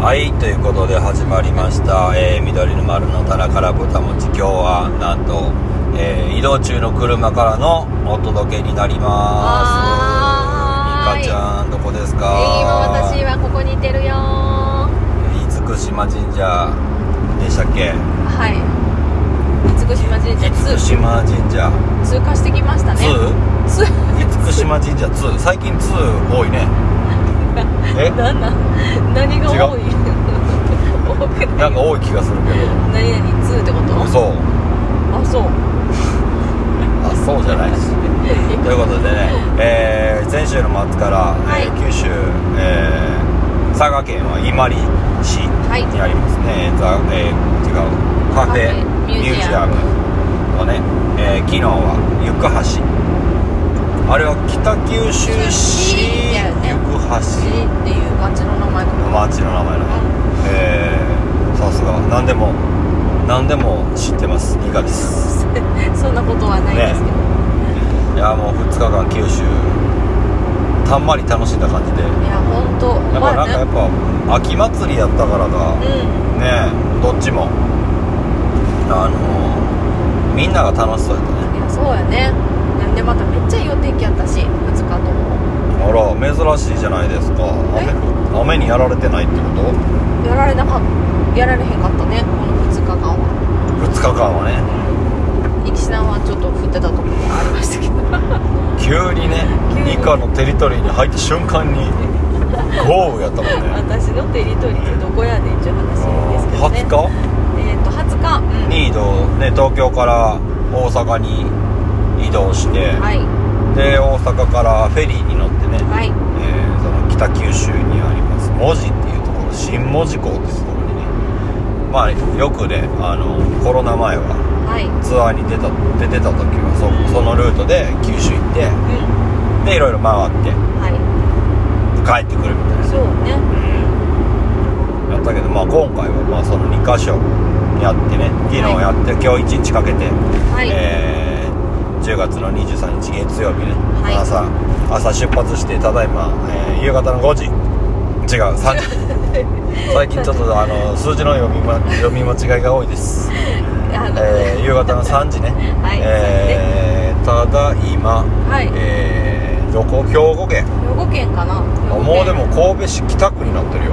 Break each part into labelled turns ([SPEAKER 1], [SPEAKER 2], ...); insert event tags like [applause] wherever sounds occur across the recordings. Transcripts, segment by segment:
[SPEAKER 1] はいということで始まりました「えー緑の丸の棚からぼたもち」今日はなんと、えー移動中の車からのお届けになりま
[SPEAKER 2] わ
[SPEAKER 1] す
[SPEAKER 2] ーい
[SPEAKER 1] みかちゃんどこですか
[SPEAKER 2] えー今私はここにいてるよーは
[SPEAKER 1] 厳島神社でしたっけ
[SPEAKER 2] い厳島神社
[SPEAKER 1] 厳
[SPEAKER 2] 2
[SPEAKER 1] 島神社
[SPEAKER 2] 通過してきましたね
[SPEAKER 1] 2?
[SPEAKER 2] 通
[SPEAKER 1] 厳島神社2最近2多い
[SPEAKER 2] [laughs]
[SPEAKER 1] ねえ
[SPEAKER 2] なんなん [laughs] 何が多い [laughs] 多くない
[SPEAKER 1] なんか多い気がするけ
[SPEAKER 2] 何々2ってこ
[SPEAKER 1] ど
[SPEAKER 2] と
[SPEAKER 1] そう
[SPEAKER 2] あそう
[SPEAKER 1] あそうじゃないし [laughs] ということでね、えー、先週の末から、
[SPEAKER 2] はい
[SPEAKER 1] えー九州、えー佐賀県は伊万里市
[SPEAKER 2] はい
[SPEAKER 1] にありますね、ザえー違うカフェミュージアムのね、えー昨日は行橋あれは北九州市
[SPEAKER 2] 九州市だよね
[SPEAKER 1] 行
[SPEAKER 2] 市
[SPEAKER 1] 橋
[SPEAKER 2] っていう街の名前か
[SPEAKER 1] の町の名前だね、えー、さすが何でも何でも知ってます伊賀です
[SPEAKER 2] なそんなことはないですけ
[SPEAKER 1] い
[SPEAKER 2] ど、
[SPEAKER 1] やもう2日間九州たんまり楽しんだ感じで
[SPEAKER 2] いや本当
[SPEAKER 1] やっぱなんかやっぱ秋祭りやったからか
[SPEAKER 2] ねうん
[SPEAKER 1] ねえどっちもあのみんなが楽しそうやったね
[SPEAKER 2] いやそうやねでまためっちゃいいお天気やったし2日とも
[SPEAKER 1] あら珍しいじゃないですか雨
[SPEAKER 2] え
[SPEAKER 1] 雨にやられてないってこと
[SPEAKER 2] やられなかやられへんかったねこの2日間は
[SPEAKER 1] 2日間はね
[SPEAKER 2] 行きしなはちょっと降ってたところがありましたけど
[SPEAKER 1] 急にね
[SPEAKER 2] 急に
[SPEAKER 1] ニカのテリトリーに入った瞬間
[SPEAKER 2] [laughs]
[SPEAKER 1] に豪雨やったもんね
[SPEAKER 2] 私のテリトリーってどこやねんっていう話ですけど
[SPEAKER 1] 20
[SPEAKER 2] ね
[SPEAKER 1] 日
[SPEAKER 2] えっ、と20日、うん
[SPEAKER 1] に移動ね東京から大阪に移動して、
[SPEAKER 2] はい
[SPEAKER 1] で大阪からフェリーに乗ってね、
[SPEAKER 2] はい
[SPEAKER 1] えーその北九州にあります門司っていうところ新門司港っていうところにねまあよくねあのコロナ前は
[SPEAKER 2] はい
[SPEAKER 1] ツアーに出た出てた時はそそのルートで九州行って
[SPEAKER 2] うん
[SPEAKER 1] でいろいろ回って
[SPEAKER 2] は
[SPEAKER 1] 帰ってくるみたい
[SPEAKER 2] いそうね
[SPEAKER 1] なやったけどまあ今回はまあその2箇所やってね昨日やって、今日1日かけて
[SPEAKER 2] はい、
[SPEAKER 1] えー10月の23日月曜日ね、
[SPEAKER 2] はい
[SPEAKER 1] 朝朝出発してただいま、えー夕方の5時違う3時
[SPEAKER 2] [laughs]
[SPEAKER 1] 最近ちょっとあの数字の読み,、ま、読み間違いが多いです、
[SPEAKER 2] あの
[SPEAKER 1] えー夕方の3時ね、
[SPEAKER 2] はい
[SPEAKER 1] えーただいま、
[SPEAKER 2] はい
[SPEAKER 1] えーどこ兵庫県
[SPEAKER 2] 兵庫県かな
[SPEAKER 1] あもうでも神戸市北区になってるよ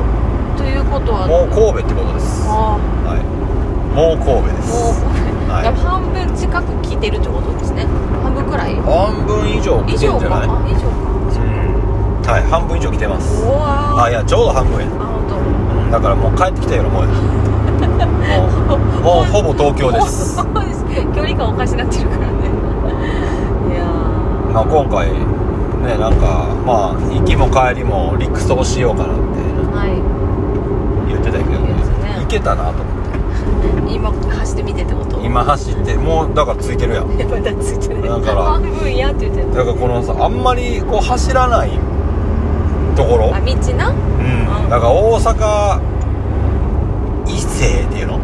[SPEAKER 2] ということは
[SPEAKER 1] もう神戸ってことです、は
[SPEAKER 2] あー
[SPEAKER 1] い、もう神戸で
[SPEAKER 2] もう
[SPEAKER 1] すはい
[SPEAKER 2] やっぱ半分近く来てるってことですね半分くらい
[SPEAKER 1] 半分以上来
[SPEAKER 2] 以
[SPEAKER 1] て
[SPEAKER 2] 上
[SPEAKER 1] んじゃ
[SPEAKER 2] か
[SPEAKER 1] ない
[SPEAKER 2] あ以上か
[SPEAKER 1] はい半分以上来てます
[SPEAKER 2] おわ
[SPEAKER 1] あいやちょうど半分や
[SPEAKER 2] あ本当。
[SPEAKER 1] うんだからもう帰ってきたような [laughs] もんやもうもうほぼ東京 [laughs] です
[SPEAKER 2] そうです距離感おかしなってるからねいやー
[SPEAKER 1] まあ今回ねなんかまあ行きも帰りも陸送しようかなって
[SPEAKER 2] は
[SPEAKER 1] 言ってたけど、
[SPEAKER 2] いいですね
[SPEAKER 1] 行けたなと思っ
[SPEAKER 2] い今走ってみてってこと
[SPEAKER 1] て今走ってもうだからついてるやん
[SPEAKER 2] いやまだついてない
[SPEAKER 1] だから
[SPEAKER 2] 半分やって言ってる
[SPEAKER 1] だからこのさあんまりこう走らないところ
[SPEAKER 2] あ道な
[SPEAKER 1] うんだから大阪伊勢っていうの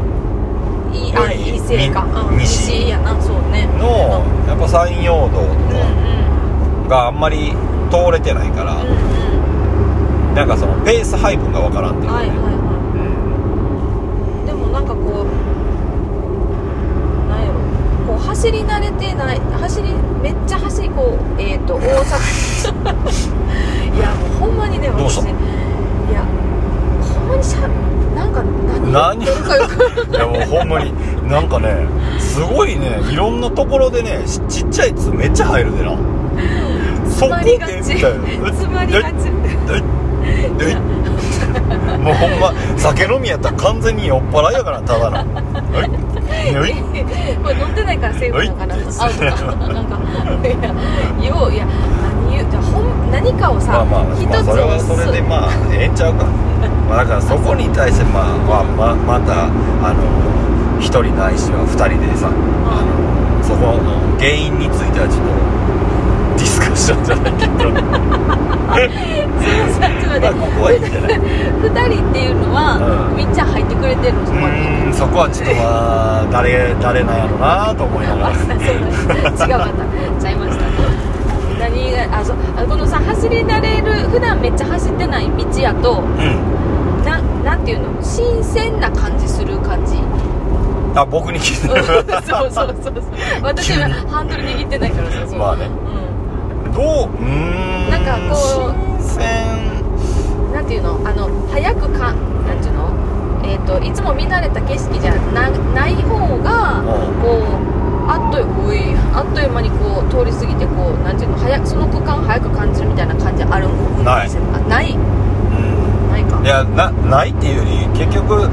[SPEAKER 2] いいあ
[SPEAKER 1] より
[SPEAKER 2] いいせいか、うん、
[SPEAKER 1] み西
[SPEAKER 2] 西やなそうね
[SPEAKER 1] のやっぱ山陽道
[SPEAKER 2] うんうん
[SPEAKER 1] とかがあんまり通れてないから、
[SPEAKER 2] うんうん
[SPEAKER 1] なんかそのペース配分がわからんっていうか
[SPEAKER 2] はいはい
[SPEAKER 1] ね、
[SPEAKER 2] は
[SPEAKER 1] うん
[SPEAKER 2] いでもなんかこうなんやろこう走り慣れてない走りめっちゃ走りこうえっ、ー、と大阪
[SPEAKER 1] [laughs]
[SPEAKER 2] いやもうほんまにね
[SPEAKER 1] どう
[SPEAKER 2] 私
[SPEAKER 1] した
[SPEAKER 2] いやほんまにしゃなんか何
[SPEAKER 1] 何
[SPEAKER 2] 言ってるかよく
[SPEAKER 1] いやもうほんまになんかねすごいねいろんなところでねしちっちゃい「つ」めっちゃ入るでなそ
[SPEAKER 2] 詰
[SPEAKER 1] こ
[SPEAKER 2] ま
[SPEAKER 1] でみ
[SPEAKER 2] りが
[SPEAKER 1] たい
[SPEAKER 2] ち
[SPEAKER 1] な
[SPEAKER 2] 詰まりがち
[SPEAKER 1] ええもうほんま酒飲みやったら完全に酔っ払いやからただのえ
[SPEAKER 2] [laughs]
[SPEAKER 1] ええ
[SPEAKER 2] これ飲んでないからセーフなのかな
[SPEAKER 1] はい
[SPEAKER 2] アウトかなんかいやよういや何言うじゃあほん何かを
[SPEAKER 1] まあ
[SPEAKER 2] さ、
[SPEAKER 1] まあ、ま
[SPEAKER 2] 一
[SPEAKER 1] あ、
[SPEAKER 2] つ
[SPEAKER 1] それはそれでまあええんちゃうか、まあ、だからそこに対してまあ、まあ、ままたあの一人ないしは二人でさあのそこの原因についてはちょっとディスカッションじゃないけど [laughs] まあここはいいんじ
[SPEAKER 2] [laughs] すいませんちょっと待って [laughs]
[SPEAKER 1] ゃない
[SPEAKER 2] 二人っていうのは、
[SPEAKER 1] うん
[SPEAKER 2] みっちゃん入ってくれてるのそこに
[SPEAKER 1] うーんそこはちょっとまあ誰誰なんやろうなと思いなが
[SPEAKER 2] あ [laughs]
[SPEAKER 1] ら
[SPEAKER 2] そうだ違うかったちゃいました何があそうあこのさ走り慣れる普段めっちゃ走ってない道やと
[SPEAKER 1] うん
[SPEAKER 2] ななんていうの新鮮な感じする感じ
[SPEAKER 1] あ僕に聞いて
[SPEAKER 2] うん [laughs]
[SPEAKER 1] る
[SPEAKER 2] そうそうそうそう私はハンドル握ってないからさそ
[SPEAKER 1] [laughs]
[SPEAKER 2] う
[SPEAKER 1] まあね
[SPEAKER 2] う
[SPEAKER 1] どううーん
[SPEAKER 2] なんかこ
[SPEAKER 1] う新鮮
[SPEAKER 2] んなんていうのあの早くかなんていうのえっ、といつも見慣れた景色じゃなない方が
[SPEAKER 1] うん
[SPEAKER 2] こうあっというおいあっという間にこう通り過ぎてこうなんていうの早くその区間を早く感じるみたいな感じあるん
[SPEAKER 1] ない
[SPEAKER 2] あない
[SPEAKER 1] うん
[SPEAKER 2] ないか
[SPEAKER 1] いやなないっていうより結局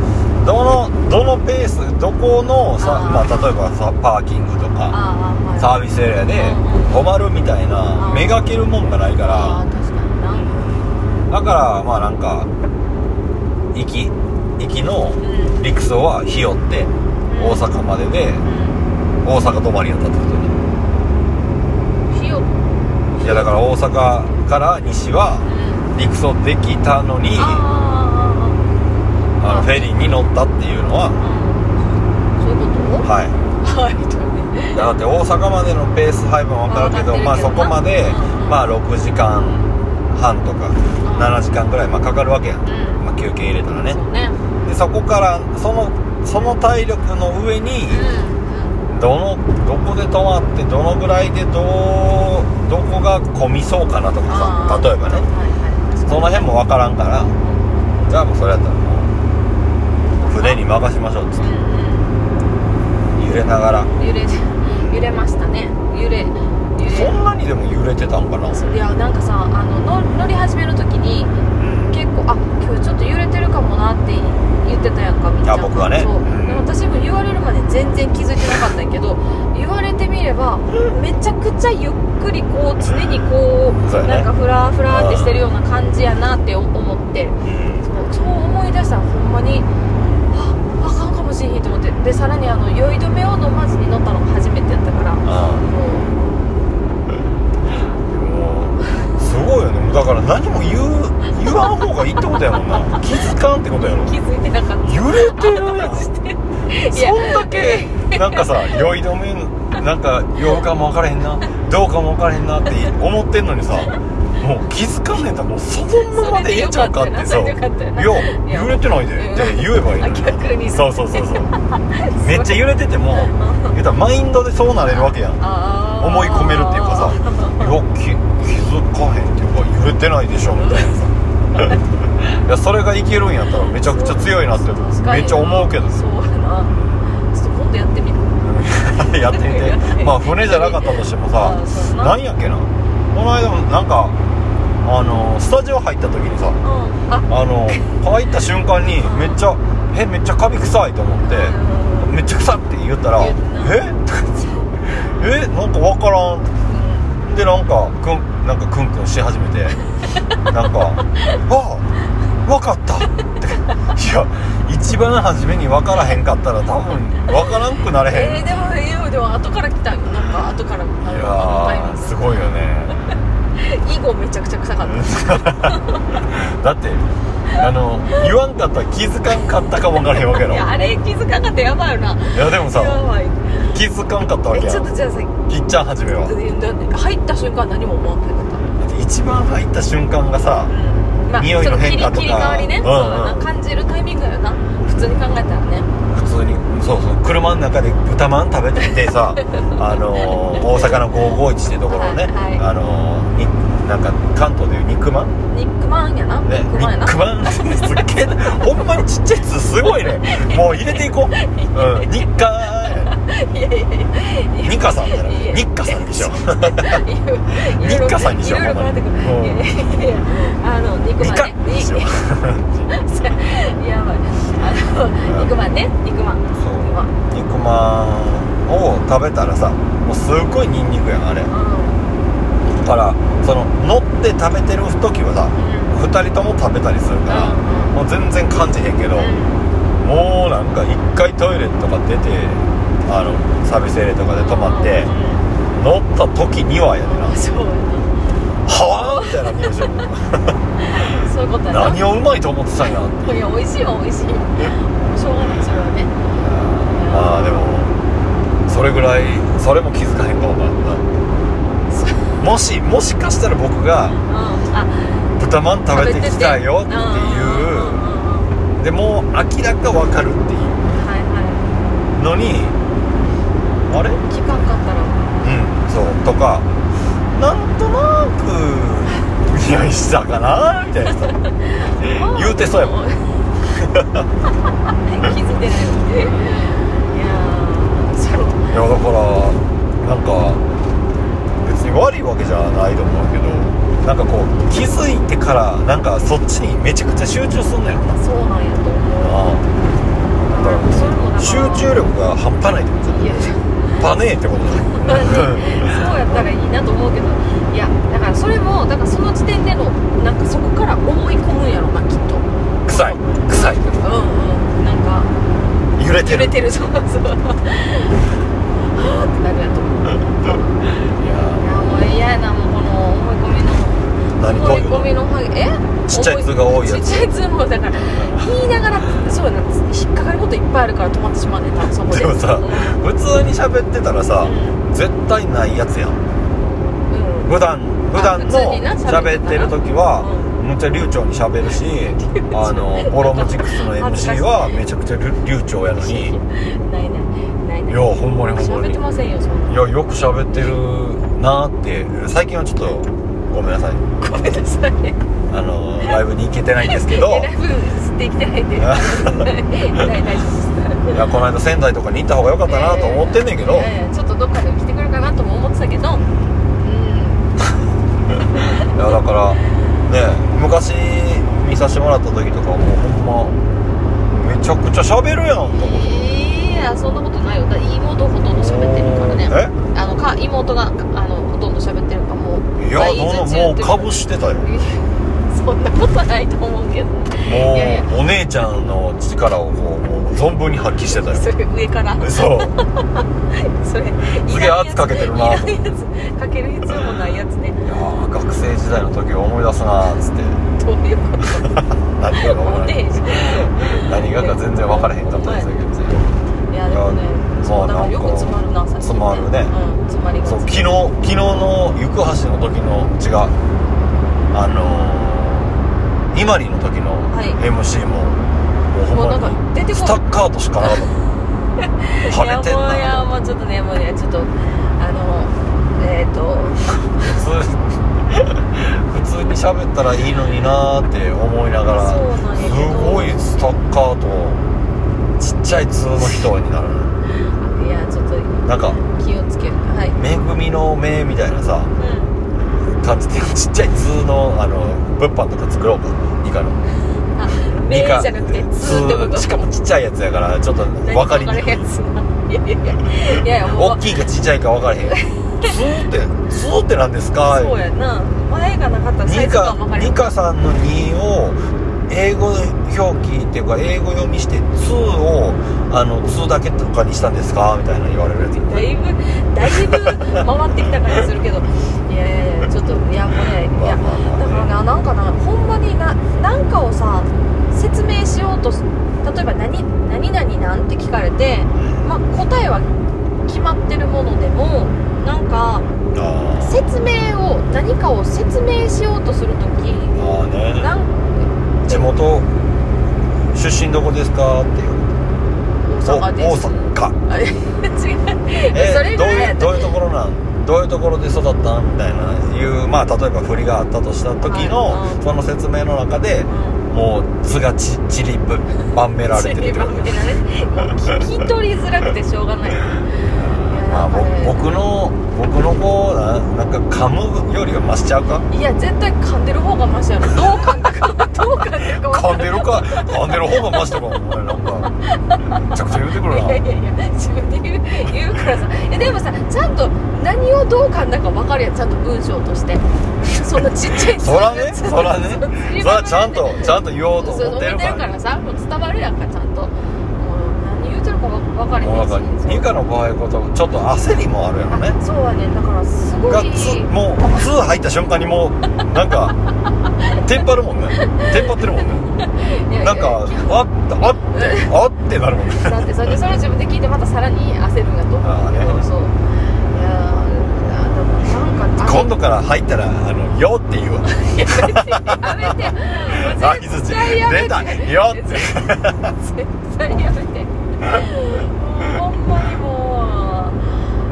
[SPEAKER 1] どのどのペースどこのさ
[SPEAKER 2] あー
[SPEAKER 1] まあ、例えばさパーキングとか
[SPEAKER 2] ああはい
[SPEAKER 1] サービスエリアで止まるみたい
[SPEAKER 2] あ
[SPEAKER 1] な
[SPEAKER 2] ー
[SPEAKER 1] めがけるもんがないか
[SPEAKER 2] あ
[SPEAKER 1] ら
[SPEAKER 2] ー確かにな
[SPEAKER 1] だからまあなんか行き行きの
[SPEAKER 2] うん
[SPEAKER 1] 陸送は日寄って大阪までで
[SPEAKER 2] う
[SPEAKER 1] 大阪泊まりやったってことに
[SPEAKER 2] ん火を
[SPEAKER 1] いやだから大阪から西は
[SPEAKER 2] うん
[SPEAKER 1] 陸送できたのにあ
[SPEAKER 2] あ
[SPEAKER 1] のフェリーに乗ったっていうのは
[SPEAKER 2] ーあーあーあーそういうこと
[SPEAKER 1] はい
[SPEAKER 2] はいとね
[SPEAKER 1] だって大阪までのペース配分は分かるけど
[SPEAKER 2] 分
[SPEAKER 1] ま
[SPEAKER 2] か
[SPEAKER 1] あ
[SPEAKER 2] ってる
[SPEAKER 1] そ
[SPEAKER 2] けど
[SPEAKER 1] こまで
[SPEAKER 2] うん
[SPEAKER 1] まあ6時間半とか7時間ぐらいまあかかるわけやん、
[SPEAKER 2] うん
[SPEAKER 1] まあ、休憩入れたらね
[SPEAKER 2] そうね
[SPEAKER 1] でそこからそのその体力の上に
[SPEAKER 2] うん
[SPEAKER 1] どのどこで泊まってどのぐらいでどうどこが混みそうかなとか
[SPEAKER 2] あ
[SPEAKER 1] さ
[SPEAKER 2] ー
[SPEAKER 1] 例えばね
[SPEAKER 2] はいはい
[SPEAKER 1] その辺も分からんからじゃあもうそれやったらもう船に任せましょうっつって
[SPEAKER 2] うん
[SPEAKER 1] 揺れながら
[SPEAKER 2] うん揺れ揺れましたね揺れ揺れ
[SPEAKER 1] そんなにでも揺れてたんかな
[SPEAKER 2] そういやなんかさあのの乗り始める時に
[SPEAKER 1] うん
[SPEAKER 2] 結構あ今日ちょっと揺れてるかもなって言ってたやんかみっちゃん
[SPEAKER 1] あ僕はね
[SPEAKER 2] そう
[SPEAKER 1] うん
[SPEAKER 2] でも私も言われるまで全然気づいてなかったんやけど言われてみればめちゃくちゃゆっくりこう常にこう
[SPEAKER 1] そうやね
[SPEAKER 2] なんかフラフラってしてるような感じやなって思って
[SPEAKER 1] うん
[SPEAKER 2] そうそう思い出したらほんまにああかんかもしれんと思ってでさらにあの酔い止めを飲まずに乗ったのが初めてやったからも
[SPEAKER 1] あ
[SPEAKER 2] う
[SPEAKER 1] あもうすごいよねもうだから何も言う言わん方がいいってことやもん [laughs] な気づかんってことやろ
[SPEAKER 2] 気づいてなかった
[SPEAKER 1] 揺れてるやん
[SPEAKER 2] マジでいや
[SPEAKER 1] そんだけなんかさ酔い止めなんか酔うかも分からへんなどうかも分からへんなって思ってんのにさもう気づかんねえんだもうそのままでええんちゃうかってさ「
[SPEAKER 2] そ
[SPEAKER 1] い
[SPEAKER 2] れでよかったよなそれでよかったよな
[SPEAKER 1] や揺れてないで」って言えばいいの
[SPEAKER 2] あ逆に
[SPEAKER 1] そうそう
[SPEAKER 2] [laughs]
[SPEAKER 1] そうそうめっちゃ揺れてても言ったらマインドでそうなれるわけやん
[SPEAKER 2] あー
[SPEAKER 1] 思い込めるっていうかさ「いや気気づかへん」っていうか「揺れてないでしょ」みたいなさ
[SPEAKER 2] [laughs]
[SPEAKER 1] いやそれがいけるんやったらめちゃくちゃ強いなって
[SPEAKER 2] 確か
[SPEAKER 1] め
[SPEAKER 2] に
[SPEAKER 1] っちゃ思うけど
[SPEAKER 2] そうやなちょっと今度
[SPEAKER 1] [laughs]
[SPEAKER 2] やってみる [laughs]
[SPEAKER 1] やってみ
[SPEAKER 2] やってみ
[SPEAKER 1] て
[SPEAKER 2] て
[SPEAKER 1] まあ船じゃなかったとしてもさ
[SPEAKER 2] あ [laughs] そうやな
[SPEAKER 1] 何やっけなこの間もなんかあのスタジオ入った時にさ
[SPEAKER 2] うんあ
[SPEAKER 1] あの入った瞬間にめっちゃ「えめっちゃカビ臭い」と思って「めっちゃ臭い」って言ったら「
[SPEAKER 2] 言
[SPEAKER 1] え [laughs]
[SPEAKER 2] うな
[SPEAKER 1] とか言ってえなんか分からん」でなんかくんなんかクンクンし始
[SPEAKER 2] [laughs]
[SPEAKER 1] めてなんか「ああ分かった」っていや一番初めに分からへんかったら多分分からんくなれへん
[SPEAKER 2] えー、でもえー、でも後から来たよなんか後からあ
[SPEAKER 1] いや
[SPEAKER 2] の
[SPEAKER 1] ーすごいよね [laughs]
[SPEAKER 2] 以後めちゃくちゃ臭かった
[SPEAKER 1] だってあの言わんかったら気づかんかったかもわからへんわけやろ
[SPEAKER 2] いやあれ気づかんかったらやばいよない
[SPEAKER 1] やでも
[SPEAKER 2] や
[SPEAKER 1] さ
[SPEAKER 2] ばい
[SPEAKER 1] 気づかんかったわけ
[SPEAKER 2] え
[SPEAKER 1] や
[SPEAKER 2] ちょっ
[SPEAKER 1] ん
[SPEAKER 2] とじゃあさ
[SPEAKER 1] ぎっちゃんはじめはだ
[SPEAKER 2] 入った瞬間何も思わなかった
[SPEAKER 1] って一番入った瞬間がさ
[SPEAKER 2] まあ、
[SPEAKER 1] 匂いの変化とか
[SPEAKER 2] その切り切り替わりね、
[SPEAKER 1] うん
[SPEAKER 2] そうだな感じるタイミングだよな普通に考えたらね
[SPEAKER 1] 普通にそうそう車の中で豚まん食べてて
[SPEAKER 2] [laughs]
[SPEAKER 1] さあのー大阪の551ってところのね、
[SPEAKER 2] はいはい
[SPEAKER 1] あのーになんか関東でいう肉まん
[SPEAKER 2] ニックマンやな、
[SPEAKER 1] ね
[SPEAKER 2] ニックマンやな
[SPEAKER 1] 肉まんすっ
[SPEAKER 2] [laughs]
[SPEAKER 1] げえほんまにちっちゃいやつすごいねもう入れていこう、うん、日課
[SPEAKER 2] いやいやいやいや
[SPEAKER 1] ニカさんじゃなくて
[SPEAKER 2] いや
[SPEAKER 1] ニッカさんでしょ
[SPEAKER 2] いや
[SPEAKER 1] ニッカさんにしよう
[SPEAKER 2] いろい
[SPEAKER 1] ほ
[SPEAKER 2] ろ
[SPEAKER 1] んまに
[SPEAKER 2] いろいろ
[SPEAKER 1] うん
[SPEAKER 2] 変わってくるいやいやいやあのニック
[SPEAKER 1] ニ
[SPEAKER 2] マ
[SPEAKER 1] カ
[SPEAKER 2] ンね
[SPEAKER 1] でしょ
[SPEAKER 2] い [laughs] やばいあのニックマンねニックマン
[SPEAKER 1] そう
[SPEAKER 2] ニック
[SPEAKER 1] [laughs]
[SPEAKER 2] マン
[SPEAKER 1] 肉まんを食べたらさもうすっごいニンニクやんあれだからその乗って食べてる時はさ2人とも食べたりするから、
[SPEAKER 2] うん
[SPEAKER 1] もう全然感じへんけど、
[SPEAKER 2] うん
[SPEAKER 1] もうなんか1回トイレとか出てあのサービスエリアとかで泊まって
[SPEAKER 2] うん
[SPEAKER 1] 乗った時にはやでな
[SPEAKER 2] うんそうや
[SPEAKER 1] はぁみたいな匂いしてる
[SPEAKER 2] なそういうことやな
[SPEAKER 1] 何をうまいと思ってたんやって
[SPEAKER 2] いや美味しいは美味しいしょうがないそれはね
[SPEAKER 1] まあでもそれぐらいそれも気づかへんかもな
[SPEAKER 2] そう
[SPEAKER 1] もしもしかしたら僕が
[SPEAKER 2] うんあ
[SPEAKER 1] 豚まん食べてきたよっていう
[SPEAKER 2] うんうんうんうん
[SPEAKER 1] でもう明らか分かるっていう
[SPEAKER 2] はいは
[SPEAKER 1] のにあれ
[SPEAKER 2] い時間かったら
[SPEAKER 1] うんそうとかなんとなく匂いしたかなみたいなさ言うてそうやもん
[SPEAKER 2] ん [laughs] 気づいてないよいやーそう
[SPEAKER 1] いやだからなんか別に悪いわけじゃないと思うけどなんかこう気づいてからなんかそっちにめちゃくちゃ集中すんのやろな
[SPEAKER 2] そうなんやと思う
[SPEAKER 1] あだから
[SPEAKER 2] それもだから
[SPEAKER 1] 集中力が半端ないってことじゃ
[SPEAKER 2] い
[SPEAKER 1] ん
[SPEAKER 2] や
[SPEAKER 1] バネーってことだ
[SPEAKER 2] まあねそうやったらいいなと思うけどいやだからそれもだからその時点でのなんかそこから思い込むんやろなきっとう
[SPEAKER 1] 臭い臭いってこ
[SPEAKER 2] んうんなんか
[SPEAKER 1] と揺れて
[SPEAKER 2] 揺
[SPEAKER 1] る
[SPEAKER 2] れてるそうそうはあってなるやと思う
[SPEAKER 1] い
[SPEAKER 2] い
[SPEAKER 1] や
[SPEAKER 2] やもう嫌やなもうこの思い込みの
[SPEAKER 1] 何
[SPEAKER 2] 思い込みのハゲえ [laughs]
[SPEAKER 1] ちっちゃい図が多いやつ
[SPEAKER 2] 思ちっちゃい図もだから言いながらそうやな引っかかることいっぱいあるから止まってしまうねんなそこで
[SPEAKER 1] でもさ
[SPEAKER 2] う
[SPEAKER 1] 普通に喋ってたらさ絶対ないやつやん
[SPEAKER 2] んうん
[SPEAKER 1] 普段普段
[SPEAKER 2] 普通
[SPEAKER 1] の
[SPEAKER 2] にな
[SPEAKER 1] 喋ってる時は
[SPEAKER 2] う
[SPEAKER 1] めっちゃ流暢に喋るしあのボロムチックスの
[SPEAKER 2] 恥ずかし
[SPEAKER 1] MC
[SPEAKER 2] い
[SPEAKER 1] はめちゃくちゃ流流暢やのにいや
[SPEAKER 2] ないないないない
[SPEAKER 1] ほんまにほんま
[SPEAKER 2] 喋っ
[SPEAKER 1] にい
[SPEAKER 2] てませんよそんな
[SPEAKER 1] やよく喋ってるなーって最近はちょっとごめんなさい
[SPEAKER 2] ごめんなさい。
[SPEAKER 1] あのライブに行けてないんですけど
[SPEAKER 2] 選ぶできてないんで。
[SPEAKER 1] あ
[SPEAKER 2] 大大丈夫です。
[SPEAKER 1] [laughs] いやこの間仙台とかに行った方が良かったなと思ってんねんけど、
[SPEAKER 2] いやいやちょっとどっかで来てくるかなとも思ってたけど。うん。
[SPEAKER 1] いやだからね昔見させてもらった時とかもうほんまめちゃくちゃ喋るやんと思って
[SPEAKER 2] いやそんなことないよ。だって妹ほとんど喋ってるからね。あのか妹があのほとんど喋ってるからもう。
[SPEAKER 1] えいや
[SPEAKER 2] 倍
[SPEAKER 1] どん
[SPEAKER 2] ずつ
[SPEAKER 1] な
[SPEAKER 2] や
[SPEAKER 1] も
[SPEAKER 2] っ
[SPEAKER 1] う
[SPEAKER 2] てる
[SPEAKER 1] かぶしてたよもう
[SPEAKER 2] [laughs] そんなことないと思うけど。いやいや
[SPEAKER 1] お姉ちゃんの力をこうもう存分に発揮してたよ
[SPEAKER 2] それ上から。
[SPEAKER 1] そう
[SPEAKER 2] それ。
[SPEAKER 1] すげえ圧かけてるない
[SPEAKER 2] らんやつかける必要もないやつね。
[SPEAKER 1] いやー学生時代の時を思い出すなーっつって
[SPEAKER 2] どういうこと。
[SPEAKER 1] 何がか分からへん
[SPEAKER 2] お姉
[SPEAKER 1] 何がか全然分からへんかったんですけど
[SPEAKER 2] いやでもね
[SPEAKER 1] いや
[SPEAKER 2] そ
[SPEAKER 1] ま
[SPEAKER 2] うだか
[SPEAKER 1] あ
[SPEAKER 2] らよく詰まるな最近
[SPEAKER 1] 詰まるね
[SPEAKER 2] うん詰まりがち
[SPEAKER 1] そう昨日昨日の行橋の時の違うあのー、イマリの時の
[SPEAKER 2] はい
[SPEAKER 1] MC も、もう
[SPEAKER 2] も
[SPEAKER 1] ほ
[SPEAKER 2] うなん
[SPEAKER 1] んま
[SPEAKER 2] か出て
[SPEAKER 1] に
[SPEAKER 2] こ
[SPEAKER 1] スタッカートしか
[SPEAKER 2] [laughs]
[SPEAKER 1] なかった
[SPEAKER 2] い
[SPEAKER 1] 晴れてん
[SPEAKER 2] いや
[SPEAKER 1] な
[SPEAKER 2] もういやもうちょっとねもうねちょっとあのえっ、ー、と
[SPEAKER 1] 普通普通に喋ったらいいのになーって思いながら
[SPEAKER 2] そうなんやけど
[SPEAKER 1] すごいスタッカートちっちゃい通の人になる
[SPEAKER 2] いやちょっと
[SPEAKER 1] なんか
[SPEAKER 2] 気をつけるはい、
[SPEAKER 1] 「めぐみの目」みたいなさ
[SPEAKER 2] うん、
[SPEAKER 1] 感じでちっちゃい通のあの物販とか作ろうかいいかな
[SPEAKER 2] あ名じゃなくてツーってこと
[SPEAKER 1] しかもちっちゃいやつやからちょっと
[SPEAKER 2] 何
[SPEAKER 1] 分かりに
[SPEAKER 2] る
[SPEAKER 1] くい
[SPEAKER 2] やつないやいやいやいやもう
[SPEAKER 1] 大きいかちっちゃいか分からへんツーってツーってなんですか
[SPEAKER 2] そうやな前がなかったらサイ
[SPEAKER 1] ニ
[SPEAKER 2] ズ感
[SPEAKER 1] カ
[SPEAKER 2] 分かり
[SPEAKER 1] ニ
[SPEAKER 2] にくい
[SPEAKER 1] カさんの2を英語表記っていうか英語読みしてツーをあのツーだけとかにしたんですかみたいな言われるやつ
[SPEAKER 2] だいぶだいぶ回ってきた感じするけどいやいやいやちょっといやもうねい
[SPEAKER 1] まあ
[SPEAKER 2] や
[SPEAKER 1] まあまあ
[SPEAKER 2] だからななんかなほんまにななんかをさ説明しようとす例えば何「何々なん?」って聞かれて、まあ、答えは決まってるものでもなん
[SPEAKER 1] あ
[SPEAKER 2] か
[SPEAKER 1] ー
[SPEAKER 2] 説明を何かを説明しようとするとき
[SPEAKER 1] あーね
[SPEAKER 2] なん
[SPEAKER 1] 地元出身どこですかっていう
[SPEAKER 2] 大
[SPEAKER 1] お
[SPEAKER 2] 阪です
[SPEAKER 1] 大阪
[SPEAKER 2] あれ違う [laughs]
[SPEAKER 1] え
[SPEAKER 2] それぐ
[SPEAKER 1] どう
[SPEAKER 2] らい
[SPEAKER 1] い
[SPEAKER 2] や
[SPEAKER 1] う
[SPEAKER 2] った
[SPEAKER 1] どういうところなんどういうところで育ったんみたいないうまあ例えば振りがあったとした時の、
[SPEAKER 2] はいうん
[SPEAKER 1] その説明の中で
[SPEAKER 2] うん
[SPEAKER 1] もう図がちちりばばんめられてるってこと
[SPEAKER 2] [laughs] ちりばめられてもう聞き取りづらくてしょうがないいや
[SPEAKER 1] まあ
[SPEAKER 2] なんか
[SPEAKER 1] ぼ
[SPEAKER 2] ね
[SPEAKER 1] 僕の僕の子ななんか噛むよりは増しちゃうか
[SPEAKER 2] いや絶対噛んでる方がマシやろどう噛んだかどう噛んでるか分か
[SPEAKER 1] 噛んでるか噛んでる方が増しとかお前なんかめちゃくちゃ言うてくる
[SPEAKER 2] ら
[SPEAKER 1] な
[SPEAKER 2] ないいやいやいや自分で言う言うからさえでもさちゃんと何をどう噛んだか分かるやんちゃんと文章としてそんなちっちゃい
[SPEAKER 1] そら
[SPEAKER 2] [laughs]
[SPEAKER 1] ねそらねそらちゃんとちゃんと言おうと
[SPEAKER 2] そうそう
[SPEAKER 1] 思
[SPEAKER 2] 思
[SPEAKER 1] っ
[SPEAKER 2] っ
[SPEAKER 1] る
[SPEAKER 2] ててる
[SPEAKER 1] か
[SPEAKER 2] かららさもう伝わるやんかちゃんともう何言うてるか分かれへ
[SPEAKER 1] もうなんか
[SPEAKER 2] んし
[SPEAKER 1] ニカの場合こそちょっと焦りもあるやろね
[SPEAKER 2] あそうはねだからすご
[SPEAKER 1] が
[SPEAKER 2] い
[SPEAKER 1] つもう「つ」入った瞬間にもうなん
[SPEAKER 2] [laughs]
[SPEAKER 1] かテンパるもんねテンパってるもんね
[SPEAKER 2] いやい
[SPEAKER 1] な
[SPEAKER 2] や
[SPEAKER 1] んか「あったあってあって」なるもんね
[SPEAKER 2] だってそれでそれを自分で聞いてまたさらに焦るんだと思うんだけ
[SPEAKER 1] あー
[SPEAKER 2] ど
[SPEAKER 1] ね
[SPEAKER 2] そういやーでもなんか
[SPEAKER 1] 今度から入ったら「あのよ」って言うわ
[SPEAKER 2] やめてや
[SPEAKER 1] [laughs]
[SPEAKER 2] めてもう絶対やめて
[SPEAKER 1] 出たよって
[SPEAKER 2] 絶対やめてもうほんまにも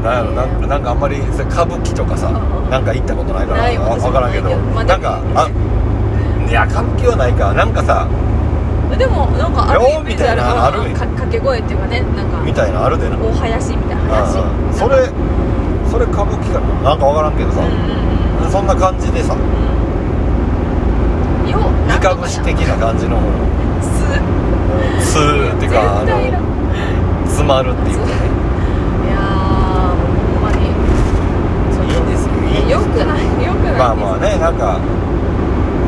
[SPEAKER 1] なんやろなんかなんかあんまりそれ歌舞伎とかさ
[SPEAKER 2] うん
[SPEAKER 1] なんか行ったことないから
[SPEAKER 2] ない
[SPEAKER 1] あ
[SPEAKER 2] 私も
[SPEAKER 1] 分からんけど
[SPEAKER 2] ないけどまあ
[SPEAKER 1] なんかあ
[SPEAKER 2] で
[SPEAKER 1] いや歌舞伎はないかなんかさ
[SPEAKER 2] うでもなんかある
[SPEAKER 1] よ
[SPEAKER 2] イ
[SPEAKER 1] う
[SPEAKER 2] メ
[SPEAKER 1] み
[SPEAKER 2] ージ
[SPEAKER 1] た
[SPEAKER 2] あ
[SPEAKER 1] い
[SPEAKER 2] る
[SPEAKER 1] な
[SPEAKER 2] か
[SPEAKER 1] ある
[SPEAKER 2] 掛け声っていうかねなんか
[SPEAKER 1] みたいなあるでな
[SPEAKER 2] 大林みたいな話
[SPEAKER 1] うんそれそれ歌舞伎かななんか分からんけど
[SPEAKER 2] う
[SPEAKER 1] さ
[SPEAKER 2] んうん
[SPEAKER 1] そんな感じでさ
[SPEAKER 2] うんよう
[SPEAKER 1] 三日節的な感じの
[SPEAKER 2] す
[SPEAKER 1] スーっていうかあ
[SPEAKER 2] 絶対いらん
[SPEAKER 1] の詰まるっていうかね
[SPEAKER 2] いやーほんまにちょっ
[SPEAKER 1] い
[SPEAKER 2] と
[SPEAKER 1] いですよいいです
[SPEAKER 2] よくないよくない
[SPEAKER 1] まあまあねなんか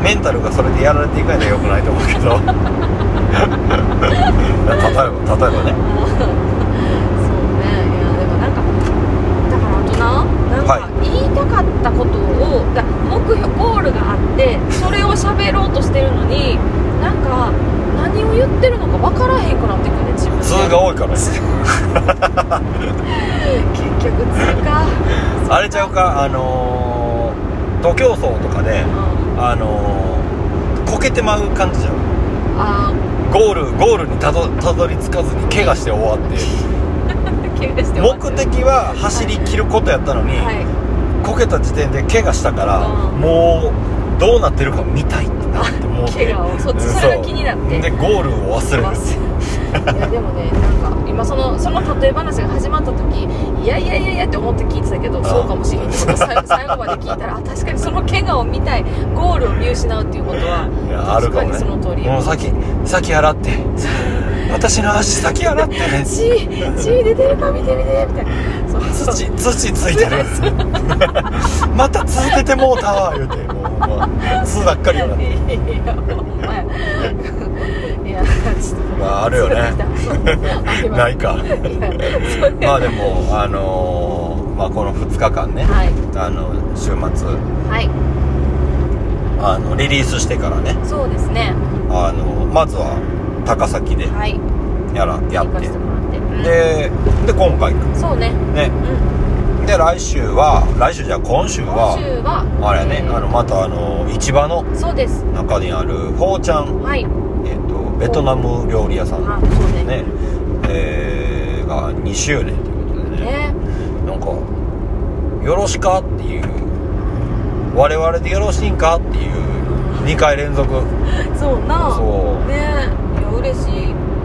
[SPEAKER 1] メンタルがそれでやられていかないのはよくないと思うけど [laughs] 例えば例えば
[SPEAKER 2] そうねいやでもなんかだから大人なんか
[SPEAKER 1] ね
[SPEAKER 2] だから大人なんか
[SPEAKER 1] は
[SPEAKER 2] 言いたかったことを、だ目標ゴールがあってそれを喋ろうとしてるのになんか何を言ってるのか分からへんくなってくるね自分で
[SPEAKER 1] 通が多いからね
[SPEAKER 2] 結局通過
[SPEAKER 1] あれちゃうかあのー、徒競走とかで
[SPEAKER 2] うん
[SPEAKER 1] あのー、こけてまう感じじゃん
[SPEAKER 2] あ
[SPEAKER 1] ゴールゴールにたどたどり着かずに怪我して終わ
[SPEAKER 2] [laughs]
[SPEAKER 1] って
[SPEAKER 2] ー経営して終わって
[SPEAKER 1] 目的は走り切ることやったのに、
[SPEAKER 2] はい
[SPEAKER 1] こけた時点で怪我したから、
[SPEAKER 2] うん
[SPEAKER 1] もうどうなってるか見たいってなってもうて
[SPEAKER 2] 怪我をそっち
[SPEAKER 1] うん
[SPEAKER 2] それが気になって
[SPEAKER 1] でゴールを忘れる
[SPEAKER 2] いやでもねなんか今そのその例え話が始まった時いやいやいやいやって思って聞いてたけど
[SPEAKER 1] ん
[SPEAKER 2] そうかもしれへんってこと
[SPEAKER 1] [laughs]
[SPEAKER 2] を最後最後まで聞いたらあ確かにその怪我を見たいゴールを見失うっていうこと
[SPEAKER 1] いやあ
[SPEAKER 2] は
[SPEAKER 1] る
[SPEAKER 2] 確
[SPEAKER 1] か
[SPEAKER 2] か
[SPEAKER 1] も
[SPEAKER 2] に
[SPEAKER 1] ね
[SPEAKER 2] その通り
[SPEAKER 1] もう先先洗って私の足先洗ってね
[SPEAKER 2] 血血出てるか見て見てみたいなそうそう
[SPEAKER 1] 土土ついてるまた続けてもうたわ言うてもうまあ巣ばっかりよなっ
[SPEAKER 2] い
[SPEAKER 1] て
[SPEAKER 2] やほんまやいやちょっと
[SPEAKER 1] まああるよね [laughs]
[SPEAKER 2] ね
[SPEAKER 1] ないかま
[SPEAKER 2] ま
[SPEAKER 1] あでもあのーまあこの2日間ね、
[SPEAKER 2] はい
[SPEAKER 1] あの週末
[SPEAKER 2] はい
[SPEAKER 1] あのリリースしてからね
[SPEAKER 2] そうですね
[SPEAKER 1] あのまずは高崎で
[SPEAKER 2] はい
[SPEAKER 1] やらやっ
[SPEAKER 2] 行か
[SPEAKER 1] て
[SPEAKER 2] せてもらってうん
[SPEAKER 1] でで今回
[SPEAKER 2] そうね
[SPEAKER 1] ね
[SPEAKER 2] うん
[SPEAKER 1] で来週は来週じゃあ今週
[SPEAKER 2] 今
[SPEAKER 1] は
[SPEAKER 2] 週は
[SPEAKER 1] あれやね
[SPEAKER 2] えー
[SPEAKER 1] あのまたあの市場の
[SPEAKER 2] そうです
[SPEAKER 1] 中にあるフォーちゃん、
[SPEAKER 2] はい
[SPEAKER 1] えっとベトナム料理屋さん
[SPEAKER 2] あそうね
[SPEAKER 1] ね、えーが2周年ということでね [laughs]
[SPEAKER 2] ね
[SPEAKER 1] なんか「よろしか?」っていう「我々でよろしいんか?」っていう2回連続
[SPEAKER 2] そうな
[SPEAKER 1] そう
[SPEAKER 2] ねいや嬉しい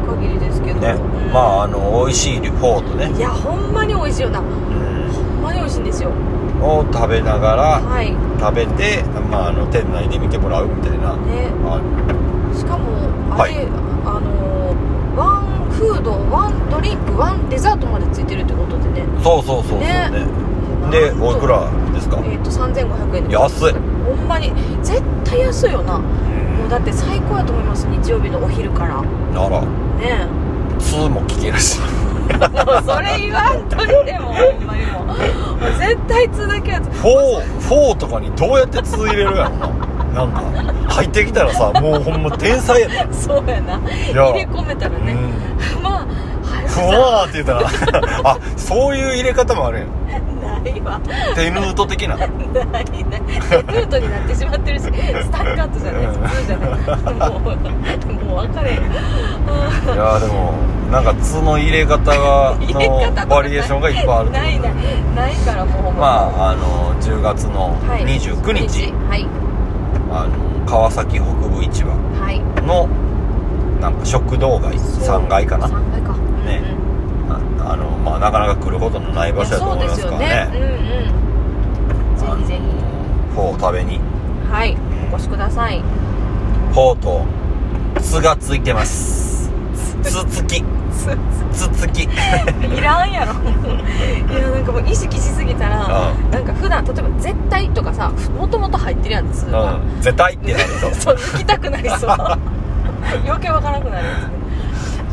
[SPEAKER 2] 限りですけど
[SPEAKER 1] ね
[SPEAKER 2] うん
[SPEAKER 1] まああの美味しいフォーとね
[SPEAKER 2] いやほんまに美味しいよなほ
[SPEAKER 1] うん
[SPEAKER 2] んまに美味しいんですよ
[SPEAKER 1] を食べながら
[SPEAKER 2] はいね
[SPEAKER 1] 食べて、まあ、あの店内で見てもらうみたいなあ
[SPEAKER 2] しかもあれ、
[SPEAKER 1] はい
[SPEAKER 2] あのーワンフードワンドリンクワンデザートまでついてるってことでね
[SPEAKER 1] そうそうそうそうね
[SPEAKER 2] ね
[SPEAKER 1] で
[SPEAKER 2] なんと
[SPEAKER 1] おいくらですか、
[SPEAKER 2] えっ、と3500円で
[SPEAKER 1] 安い
[SPEAKER 2] ほんまに絶対安いよなもうだって最高やと思います日曜日のお昼から
[SPEAKER 1] なら
[SPEAKER 2] ねえ
[SPEAKER 1] 2も聞ける
[SPEAKER 2] [laughs]
[SPEAKER 1] し
[SPEAKER 2] もうそれ言わんといてもほんまにもうもう絶対続けやつ
[SPEAKER 1] 44とかにどうやって2入れるやろななんか入ってきたらさもうほんま天才やで、ね、
[SPEAKER 2] そうやない
[SPEAKER 1] や
[SPEAKER 2] 入れ込めたら
[SPEAKER 1] う
[SPEAKER 2] [laughs] ね、
[SPEAKER 1] ん
[SPEAKER 2] まあ早
[SPEAKER 1] ふ
[SPEAKER 2] さ
[SPEAKER 1] わーって言ったら [laughs] あそういう入れ方もあるやん
[SPEAKER 2] [laughs] ないわ
[SPEAKER 1] 手ヌート的
[SPEAKER 2] [laughs]
[SPEAKER 1] な
[SPEAKER 2] ないないルートになってしまってるしスタッカートじゃない普通じゃないもうもう分かれへんうん
[SPEAKER 1] いやーでもなんか「つ」の入れ方が
[SPEAKER 2] [laughs] 入れ方とか
[SPEAKER 1] のバリエーションがいっぱいある
[SPEAKER 2] ないないないからもうほん
[SPEAKER 1] ま
[SPEAKER 2] ま
[SPEAKER 1] ああの10月の
[SPEAKER 2] はい
[SPEAKER 1] 29日、
[SPEAKER 2] はい
[SPEAKER 1] あの川崎北部市場
[SPEAKER 2] はい
[SPEAKER 1] のなんか食堂街3階かな
[SPEAKER 2] 3階か
[SPEAKER 1] ね
[SPEAKER 2] うんうん
[SPEAKER 1] ああのまあなかなか来ることのない
[SPEAKER 2] いや
[SPEAKER 1] 場所だと
[SPEAKER 2] そう
[SPEAKER 1] 思い
[SPEAKER 2] で
[SPEAKER 1] ますすか
[SPEAKER 2] よ
[SPEAKER 1] ら
[SPEAKER 2] ね
[SPEAKER 1] ね
[SPEAKER 2] うんうんぜひぜ
[SPEAKER 1] フォー食べに
[SPEAKER 2] ひはいお越しください
[SPEAKER 1] フォーと「つ」がついてます「つつき」「つつ
[SPEAKER 2] [laughs]
[SPEAKER 1] き」
[SPEAKER 2] いらんやろ [laughs] いやなんかもう意識しすぎたら
[SPEAKER 1] う
[SPEAKER 2] なんか普段例えば「絶対」とかさもともと入ってるやんつ
[SPEAKER 1] ん、うん、絶対ってなると
[SPEAKER 2] [laughs] そう抜きたくなりそう [laughs] 余計わからなくなるやつね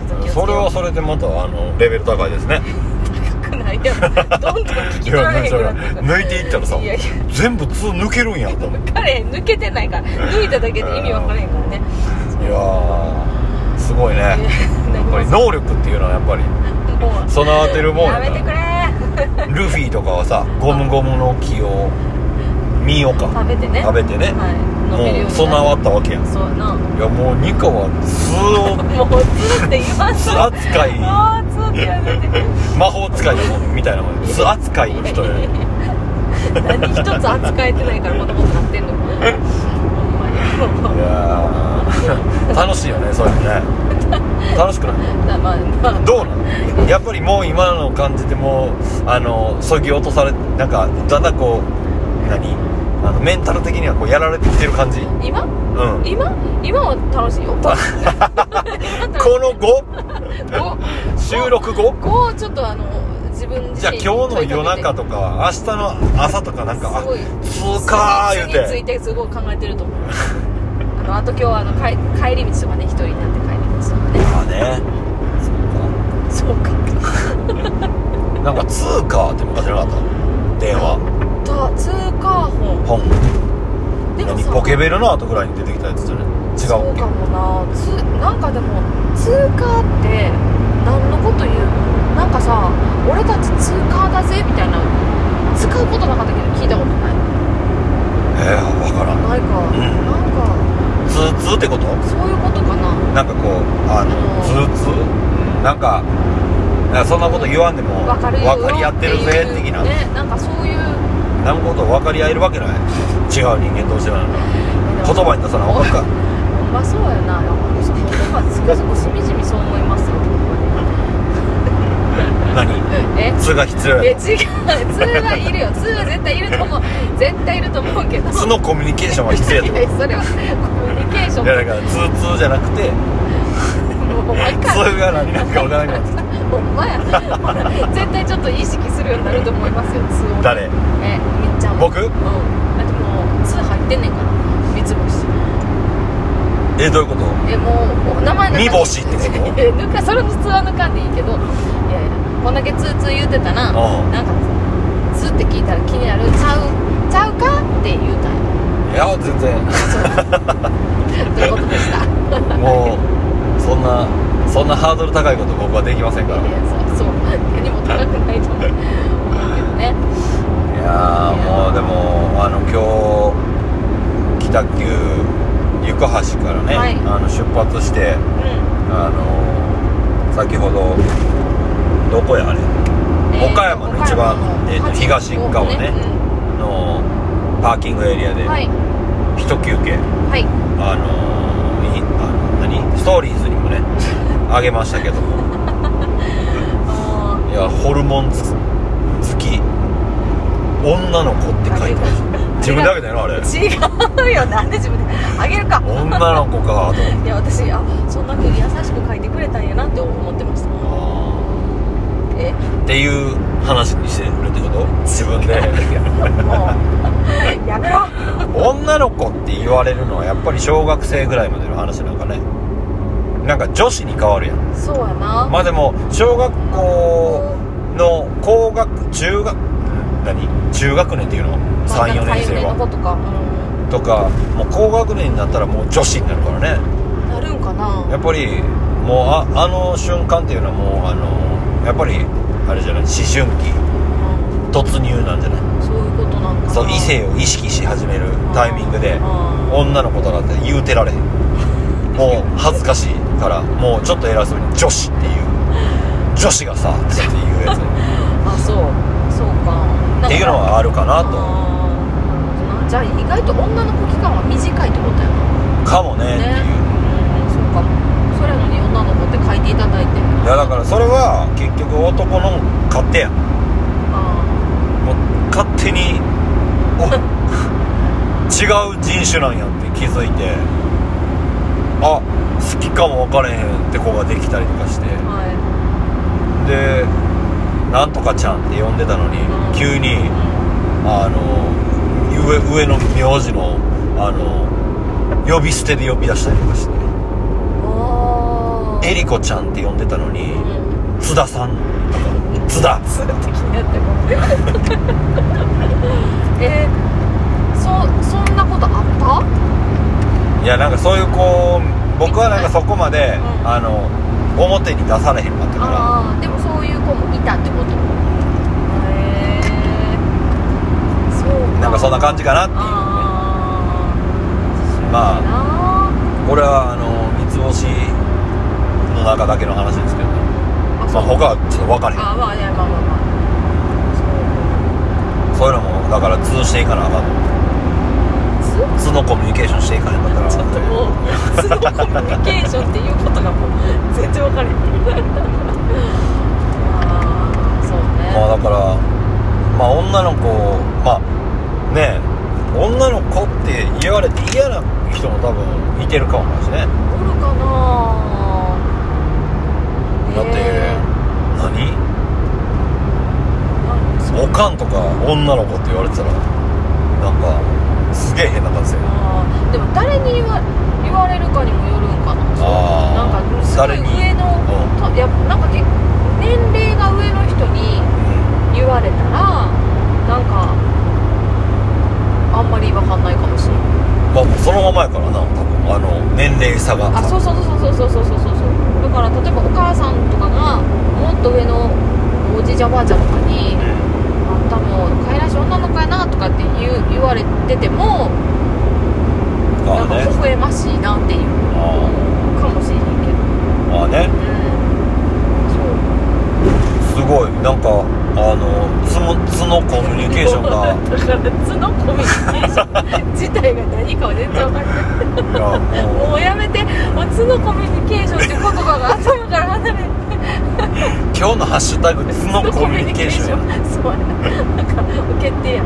[SPEAKER 2] ちょっと気をつけよ
[SPEAKER 1] そ
[SPEAKER 2] う
[SPEAKER 1] れはそれでまたあのレベル高いですね
[SPEAKER 2] 高くないやろどんどん聞き取られへんくなってるから
[SPEAKER 1] 抜いていったらさ
[SPEAKER 2] いやいや
[SPEAKER 1] 全部通抜けるんやと思って
[SPEAKER 2] 彼抜けてないから抜いただけで意味わからへんからね
[SPEAKER 1] いやーすごいね
[SPEAKER 2] いや
[SPEAKER 1] やっぱり能力っていうのはやっぱり
[SPEAKER 2] もう
[SPEAKER 1] 備わってるもんや
[SPEAKER 2] や
[SPEAKER 1] な
[SPEAKER 2] めてくれ
[SPEAKER 1] ルフィとかはさゴムゴムの木を見ようか
[SPEAKER 2] 食べてね
[SPEAKER 1] 食べてね、
[SPEAKER 2] はい、伸びるよう
[SPEAKER 1] もう
[SPEAKER 2] に
[SPEAKER 1] 備
[SPEAKER 2] な
[SPEAKER 1] わ
[SPEAKER 2] る
[SPEAKER 1] ったわけやんい
[SPEAKER 2] そうやな
[SPEAKER 1] やもうニカはず
[SPEAKER 2] もうつって言わん
[SPEAKER 1] ー
[SPEAKER 2] と
[SPEAKER 1] 扱い
[SPEAKER 2] あーつってやめて
[SPEAKER 1] 魔法使いのみたいなもんず扱いの人やね
[SPEAKER 2] 何一つ扱えてないからこんなことなってんのほんま
[SPEAKER 1] い
[SPEAKER 2] に
[SPEAKER 1] やー楽しいよねそういうのね楽しくない
[SPEAKER 2] まあまあ
[SPEAKER 1] どうなのやっぱりもう今の感じでもうあのそぎ落とされなんかだんだんこう何あのメンタル的にはこうやられてきてる感じうん
[SPEAKER 2] 今
[SPEAKER 1] こ
[SPEAKER 2] 今今は楽し
[SPEAKER 1] [laughs]
[SPEAKER 2] いよ
[SPEAKER 1] の後
[SPEAKER 2] こ
[SPEAKER 1] 収録
[SPEAKER 2] [laughs]
[SPEAKER 1] 後
[SPEAKER 2] こうちょっとあの自分自
[SPEAKER 1] じゃあ
[SPEAKER 2] 身
[SPEAKER 1] 今
[SPEAKER 2] に
[SPEAKER 1] 日の夜中とか明日の朝とかなんか
[SPEAKER 2] すごい
[SPEAKER 1] あ通過ー言
[SPEAKER 2] その地につ
[SPEAKER 1] う
[SPEAKER 2] い
[SPEAKER 1] て
[SPEAKER 2] てすごい考えてると思うあのあと今日はあの帰帰り道とかね一人になって帰り道とかね
[SPEAKER 1] まあね
[SPEAKER 2] そうか
[SPEAKER 1] なんか通過って昔なかった電話
[SPEAKER 2] と通過本
[SPEAKER 1] 本
[SPEAKER 2] でも
[SPEAKER 1] 何
[SPEAKER 2] さ
[SPEAKER 1] ポケベルの後ぐらいに出てきたやつじゃない違
[SPEAKER 2] そうう
[SPEAKER 1] っけ
[SPEAKER 2] かもなつなんかでも通過って何のこと言うのなんかさ俺たち通過だぜみたいな使うことなかったけど聞いたことない
[SPEAKER 1] えー、分からん
[SPEAKER 2] ないか、
[SPEAKER 1] ん
[SPEAKER 2] なんか
[SPEAKER 1] 通通ってこと
[SPEAKER 2] そういうことか
[SPEAKER 1] な
[SPEAKER 2] な
[SPEAKER 1] んかこうあの
[SPEAKER 2] あの
[SPEAKER 1] 通通なんかなんかそんなこと言わんでも
[SPEAKER 2] 分かるよ
[SPEAKER 1] 分かり合ってるぜ
[SPEAKER 2] っていう
[SPEAKER 1] 的な
[SPEAKER 2] ねなんかそういう
[SPEAKER 1] なんかこと分かり合えるわけない違う人間同士なのに言葉に出さなあかんか [laughs]
[SPEAKER 2] ほんまそうやななんかつくづくしみじみそう思いますよ
[SPEAKER 1] 何
[SPEAKER 2] え
[SPEAKER 1] 通が必要
[SPEAKER 2] え
[SPEAKER 1] や
[SPEAKER 2] 違う通はいるよ通は絶対いると思う絶対いると思うけど
[SPEAKER 1] 通のコミュニケーションは必要や
[SPEAKER 2] い
[SPEAKER 1] と思う
[SPEAKER 2] やそれはコミュニケーション
[SPEAKER 1] いやだから通通じゃなくて
[SPEAKER 2] もう毎
[SPEAKER 1] 通
[SPEAKER 2] 回
[SPEAKER 1] が何なんか分からなくなっ
[SPEAKER 2] ほんまやほら絶対ちょっと意識するようになると思いますよ通を
[SPEAKER 1] た誰
[SPEAKER 2] えみっちゃん
[SPEAKER 1] 僕
[SPEAKER 2] うんだってもう通入ってんねんから三つ星
[SPEAKER 1] えどういうこと
[SPEAKER 2] えもうお名前
[SPEAKER 1] 煮干
[SPEAKER 2] の
[SPEAKER 1] しってこと
[SPEAKER 2] [laughs] え抜かそれの通は抜かんでいいけどいやいやこんだけツーツー言うてたら
[SPEAKER 1] うん
[SPEAKER 2] なんかツーって聞いたら気になるちゃうちゃうかって言うたんや
[SPEAKER 1] いや全然
[SPEAKER 2] ということ
[SPEAKER 1] [laughs]
[SPEAKER 2] でした
[SPEAKER 1] もうそんなそんなハードル高いこと僕はできませんから
[SPEAKER 2] いやそうそう何も高くないと思うけどね
[SPEAKER 1] いやーもうでもあの今日北九行橋からね、
[SPEAKER 2] はい
[SPEAKER 1] あの出発して
[SPEAKER 2] う
[SPEAKER 1] あの先ほどどこやあれ
[SPEAKER 2] んえー
[SPEAKER 1] 岡山の一番えーと東側ねのパーキングエリア
[SPEAKER 2] う
[SPEAKER 1] で
[SPEAKER 2] んはい
[SPEAKER 1] 一休憩、
[SPEAKER 2] はい
[SPEAKER 1] あのいあの何ストーリーズに
[SPEAKER 2] [laughs]
[SPEAKER 1] もねあげましたけども
[SPEAKER 2] あ
[SPEAKER 1] いやホルモンつ好き女の子って書いてました自分であげたよなあれ
[SPEAKER 2] ー違うよなんで自分であげるか
[SPEAKER 1] 女の子かと思って。
[SPEAKER 2] いや私あそんな風に優しく書いてくれたんやなって思ってましたえ
[SPEAKER 1] っていう話にしてるってこと自分で
[SPEAKER 2] もうやめろ
[SPEAKER 1] [laughs] 女の子って言われるのはやっぱり小学生ぐらいまでの話なんかねなんか女子に変わるやん
[SPEAKER 2] そうやな、
[SPEAKER 1] まあでも小学校の高学中学何中学年っていうの34年生
[SPEAKER 2] の
[SPEAKER 1] は
[SPEAKER 2] ことか、う
[SPEAKER 1] とかもう高学年になったらもう女子になるからね
[SPEAKER 2] ん、なるんかな
[SPEAKER 1] やっぱりもうああの瞬間っていうのはもうあのやっぱりあれじゃない思春期
[SPEAKER 2] うん
[SPEAKER 1] 突入なんじゃない
[SPEAKER 2] そういうことなんかな
[SPEAKER 1] そう異性を意識し始めるタイミングで
[SPEAKER 2] あ
[SPEAKER 1] 女の子となんて言うてられへんもう恥ずかしいからもうちょっと偉そうに「女子」っていう女子がさっていうやつっ
[SPEAKER 2] あそうそうかなんか
[SPEAKER 1] ていうのはあるかなと
[SPEAKER 2] あーじゃあ意外と女の子期間は短いってことやな
[SPEAKER 1] かもねって
[SPEAKER 2] ね
[SPEAKER 1] いう
[SPEAKER 2] うんそうかもそれなのに女の子って書いていただいて
[SPEAKER 1] いやだからそれは結局男の勝手やん
[SPEAKER 2] あ
[SPEAKER 1] もう勝手にお違う人種なんやって気づいてあ好きかも分かれへんって子ができたりとかして
[SPEAKER 2] ーは
[SPEAKER 1] でなんとかちゃんって呼んでたのに
[SPEAKER 2] うん
[SPEAKER 1] 急に
[SPEAKER 2] い、うん
[SPEAKER 1] あの上上の名字のあの呼び捨てで呼び出したりとかして
[SPEAKER 2] あ
[SPEAKER 1] 「えりこちゃん」って呼んでたのに「津田さん」とか「津田」
[SPEAKER 2] すって気になっても
[SPEAKER 1] [laughs]
[SPEAKER 2] えー、そそんなことあっ
[SPEAKER 1] いやなんかそういうこう僕はなんかそこまで、
[SPEAKER 2] うん
[SPEAKER 1] あの表に出されへんかった
[SPEAKER 2] た
[SPEAKER 1] か
[SPEAKER 2] ああでもそういう子もいたってこ
[SPEAKER 1] ら
[SPEAKER 2] と
[SPEAKER 1] なんかそんな感じかなっていうねまあ
[SPEAKER 2] あ
[SPEAKER 1] これはあの三つ星の中だけの話ですけどね
[SPEAKER 2] ー
[SPEAKER 1] まあ
[SPEAKER 2] そう
[SPEAKER 1] 他はちょっと分かれへ
[SPEAKER 2] あまあいやまあまあま
[SPEAKER 1] んそういうのもだから通していかなあかん
[SPEAKER 2] あそう
[SPEAKER 1] 素のコミュニケーションしていかなかった
[SPEAKER 2] ちょ
[SPEAKER 1] ら
[SPEAKER 2] っともうそのコミュニケーションっていうことがもう全然分かれへんああそう
[SPEAKER 1] まあ
[SPEAKER 2] ね
[SPEAKER 1] だからまあ女の子まあねえ女の子って言われて嫌な人も多分いてるかもしれないしね
[SPEAKER 2] おるかな
[SPEAKER 1] だって、
[SPEAKER 2] え
[SPEAKER 1] 何
[SPEAKER 2] ーなんかそう
[SPEAKER 1] おかんとか女の子って言われてたらなんかすげえ変な感じする
[SPEAKER 2] あーでも誰に言わ言われるかにもよるんかななん
[SPEAKER 1] あ
[SPEAKER 2] か
[SPEAKER 1] あ
[SPEAKER 2] すごい
[SPEAKER 1] 誰に
[SPEAKER 2] 上の
[SPEAKER 1] う
[SPEAKER 2] といやなんか結年齢が上の人に
[SPEAKER 1] ん
[SPEAKER 2] 言われたらなんかあんまり分かんないかもしれない
[SPEAKER 1] まあもうそのままやからな多分あの年齢差が
[SPEAKER 2] あそうそうそうそうそうそうそうそうそうだから例えばお母さんとかがもっと上のおじいちゃんおばあちゃんとか
[SPEAKER 1] うん
[SPEAKER 2] に「あんたもう帰らしい女の子やな」とかって言う言われててもな
[SPEAKER 1] まあ
[SPEAKER 2] んか
[SPEAKER 1] ね
[SPEAKER 2] 微笑ましいなっていう
[SPEAKER 1] あ
[SPEAKER 2] かもしれへんけど
[SPEAKER 1] ーまあね
[SPEAKER 2] うん
[SPEAKER 1] すごいなんかあのつのつのコミュニケーションが
[SPEAKER 2] [laughs] だからつのコミュニケーション [laughs] 自体が何かは全然分かんない
[SPEAKER 1] いやもう
[SPEAKER 2] もうやめてもうつのコミュニケーションって言葉が頭から離れて
[SPEAKER 1] 今日のハッシュタグつのコミュニケーション
[SPEAKER 2] ンそうやなんか受けてや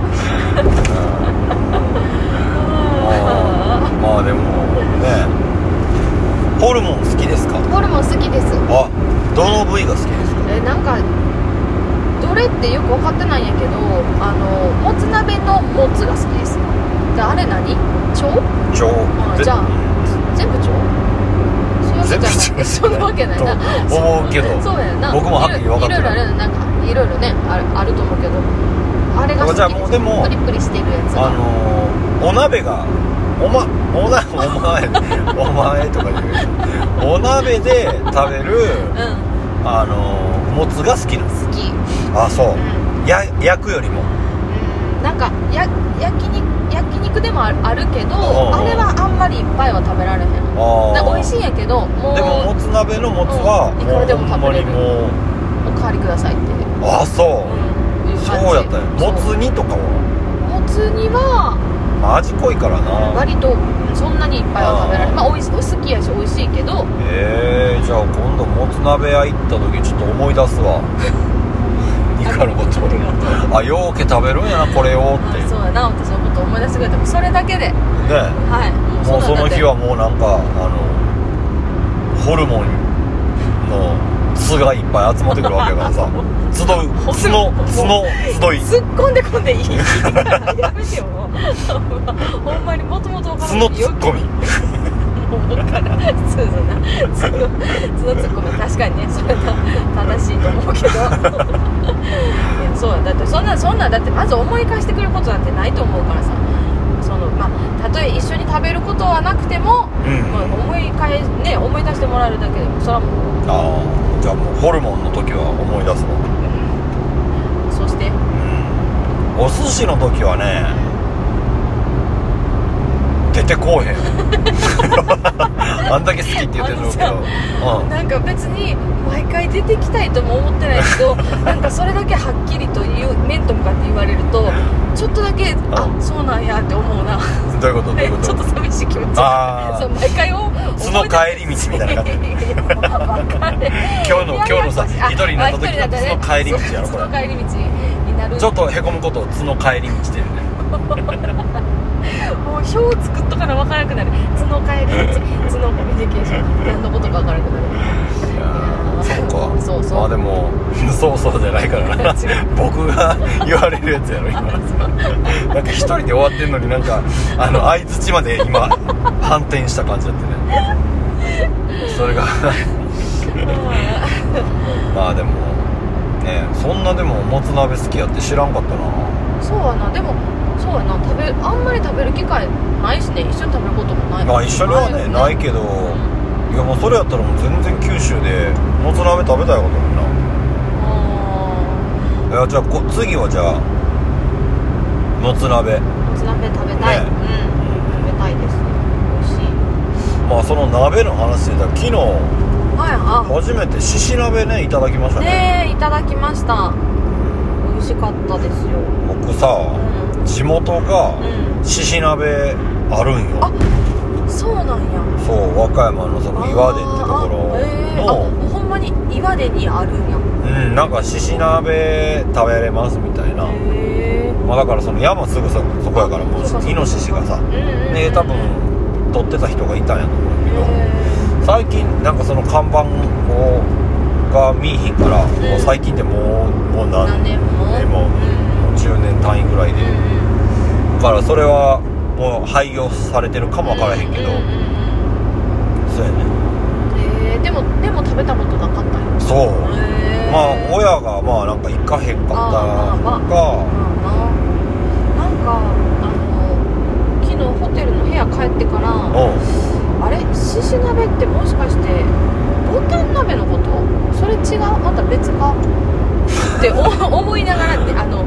[SPEAKER 1] あーまあでもねホルモン好きですか
[SPEAKER 2] ホルモン好きです
[SPEAKER 1] あどの部位が好きですか
[SPEAKER 2] えなんかどれってよく分かってないんやけどあのもつ鍋のもつが好きですであれ何腸
[SPEAKER 1] 腸
[SPEAKER 2] あじゃあ全部腸そういうわけじゃな
[SPEAKER 1] 全部腸
[SPEAKER 2] いそんなわけないな
[SPEAKER 1] と思うけど
[SPEAKER 2] そうやな
[SPEAKER 1] 僕もはっきり分かって
[SPEAKER 2] いろ
[SPEAKER 1] ない
[SPEAKER 2] いろあるなんかいろいろねあるあると思うけどあれが好き
[SPEAKER 1] じゃあもうでも
[SPEAKER 2] プリプリしてるやつ
[SPEAKER 1] あ
[SPEAKER 2] が
[SPEAKER 1] のーお鍋がおまおなお前お前とか言うお鍋で食べる
[SPEAKER 2] うん
[SPEAKER 1] あのーもつが好きなんです
[SPEAKER 2] 好き
[SPEAKER 1] あそう
[SPEAKER 2] うん
[SPEAKER 1] や焼くよりも
[SPEAKER 2] うんなんかや焼肉焼肉でもあるあるけど
[SPEAKER 1] おうおう
[SPEAKER 2] あれはあんまりいっぱいは食べられへん
[SPEAKER 1] あ
[SPEAKER 2] な
[SPEAKER 1] あ
[SPEAKER 2] 美味しいんやけどもう
[SPEAKER 1] でももつ鍋のもつは
[SPEAKER 2] うんいくらでも食べれる
[SPEAKER 1] もうほんまに
[SPEAKER 2] おかわりくださいっていう
[SPEAKER 1] もうあそう、
[SPEAKER 2] うん
[SPEAKER 1] そうやったよもつ
[SPEAKER 2] そう
[SPEAKER 1] 煮とかは
[SPEAKER 2] もつには
[SPEAKER 1] まあ味濃いからな
[SPEAKER 2] 割とそんなにいっぱいは食べら
[SPEAKER 1] あ
[SPEAKER 2] れへ
[SPEAKER 1] ー
[SPEAKER 2] んまあ美味し好きやし美味しいけど
[SPEAKER 1] えー、じゃあ今度もつ鍋屋行った時ちょっと思い出す [laughs] わイカのこと
[SPEAKER 2] ありがとう
[SPEAKER 1] あようけ食べるんやなこれをって
[SPEAKER 2] あそうやな私のこと思い出してくれてもうそれだけで
[SPEAKER 1] ね
[SPEAKER 2] はい
[SPEAKER 1] もうそ
[SPEAKER 2] んな
[SPEAKER 1] の
[SPEAKER 2] んだって
[SPEAKER 1] 日はもうなんかあのホルモンの巣がいっぱい集まってくるわけやから [laughs] さ集う角角集い
[SPEAKER 2] 突っ込んでこんで
[SPEAKER 1] [laughs]
[SPEAKER 2] いいやめてよもうほんまにもともとお
[SPEAKER 1] 角ツッコミ
[SPEAKER 2] 思うから [laughs] そうそうなそのそのツッコミ確かにねそれが正しいと思うけどいや [laughs] そうだだってそんなそんなだってまず思い返してくることなんてないと思うからさそのまあたとえ一緒に食べることはなくても、
[SPEAKER 1] うん
[SPEAKER 2] まあ、思い返ね思い出してもらえるだけでもそれはもう
[SPEAKER 1] ああじゃあもうホルモンの時は思い出すわ
[SPEAKER 2] そして
[SPEAKER 1] うんお寿司の時はね出てこう
[SPEAKER 2] [laughs]
[SPEAKER 1] へんあんだけ好きって言ってるけ
[SPEAKER 2] あ
[SPEAKER 1] ど
[SPEAKER 2] の
[SPEAKER 1] うん
[SPEAKER 2] なんか別に毎回出てきたいとも思ってないけど
[SPEAKER 1] [laughs]
[SPEAKER 2] なんかそれだけはっきりと言う面と向かって言われるとちょっとだけあそうなんやって思うな
[SPEAKER 1] どういうことどういうこ
[SPEAKER 2] [laughs] ちょっと
[SPEAKER 1] と
[SPEAKER 2] 寂しい気持ち
[SPEAKER 1] あー
[SPEAKER 2] [laughs] そう毎回を
[SPEAKER 1] その帰り道みた
[SPEAKER 2] [laughs]
[SPEAKER 1] いな感じ今
[SPEAKER 2] 今
[SPEAKER 1] 日の今日のさ一人になった時のその帰り道やろこれ
[SPEAKER 2] その帰り道になる
[SPEAKER 1] ちょっとへこむことを角帰りにしてるね
[SPEAKER 2] もう表を作っとかな分からなくなる角帰り道角コミュニケーション何のことか分からなくなる
[SPEAKER 1] [laughs] いやーそうか
[SPEAKER 2] そうそう
[SPEAKER 1] まあでも [laughs] そうそうじゃないからな
[SPEAKER 2] [laughs] 違う
[SPEAKER 1] 僕が言われるやつやろ
[SPEAKER 2] [laughs]
[SPEAKER 1] 今なんか一人で終わってんのになんかあの相づちまで今反転した感じだってねそれが [laughs] まあでもねそんなでももつ鍋好きやって知らんかったな
[SPEAKER 2] そうやなでもそうやな食べあんまり食べる機会ないしね一緒に食べることもない
[SPEAKER 1] まあ一緒にはねないけどいやもうそれやったらもう全然九州でもつ鍋食べたいこともんない
[SPEAKER 2] あ
[SPEAKER 1] やじゃあこ次はじゃあもつ鍋
[SPEAKER 2] もつ鍋食べたい、
[SPEAKER 1] ね
[SPEAKER 2] うん食べたいです美味しい
[SPEAKER 1] まあその鍋の話で言ったら昨日
[SPEAKER 2] はいあ
[SPEAKER 1] 初めてしし鍋ねいただきましたね
[SPEAKER 2] ねえいただきました美味しかったですよ
[SPEAKER 1] 僕さ
[SPEAKER 2] う
[SPEAKER 1] 地元が
[SPEAKER 2] ん、
[SPEAKER 1] しし鍋あるんよ
[SPEAKER 2] あうん、そうなんや
[SPEAKER 1] そう和歌山のその岩出ってとこ
[SPEAKER 2] あーえー、あ
[SPEAKER 1] ろの、
[SPEAKER 2] ほんまに岩出にあるんや
[SPEAKER 1] うん、なんかしし鍋食べれますみたいな、
[SPEAKER 2] へえ
[SPEAKER 1] まあ、だからその山すぐそそこやからも
[SPEAKER 2] あそうかそう
[SPEAKER 1] う
[SPEAKER 2] か
[SPEAKER 1] イノシシがさ
[SPEAKER 2] うんうんうん
[SPEAKER 1] で多分取ってた人がいたんやと思うけど、
[SPEAKER 2] へ
[SPEAKER 1] 最近なんかその看板をが見えひんから、もう最近ってもうもう
[SPEAKER 2] ー
[SPEAKER 1] 何
[SPEAKER 2] 何
[SPEAKER 1] 年
[SPEAKER 2] 年も
[SPEAKER 1] でも
[SPEAKER 2] うん
[SPEAKER 1] もう10年単位ぐらいで、
[SPEAKER 2] うん
[SPEAKER 1] だからそれはもう廃業されてるかもわからへんけど、
[SPEAKER 2] ううんうん
[SPEAKER 1] そうやね
[SPEAKER 2] うんへえでもでも食べたことなかったよ
[SPEAKER 1] そう、
[SPEAKER 2] へえ
[SPEAKER 1] まあ親がまあなんか行かへんかったの
[SPEAKER 2] あーまあまあななんかあ
[SPEAKER 1] か
[SPEAKER 2] の昨日ホテルの部屋帰ってから
[SPEAKER 1] う
[SPEAKER 2] あれしし鍋ってもしかしてボタン鍋のことそれ違うまた別かってお [laughs] 思いながらねあの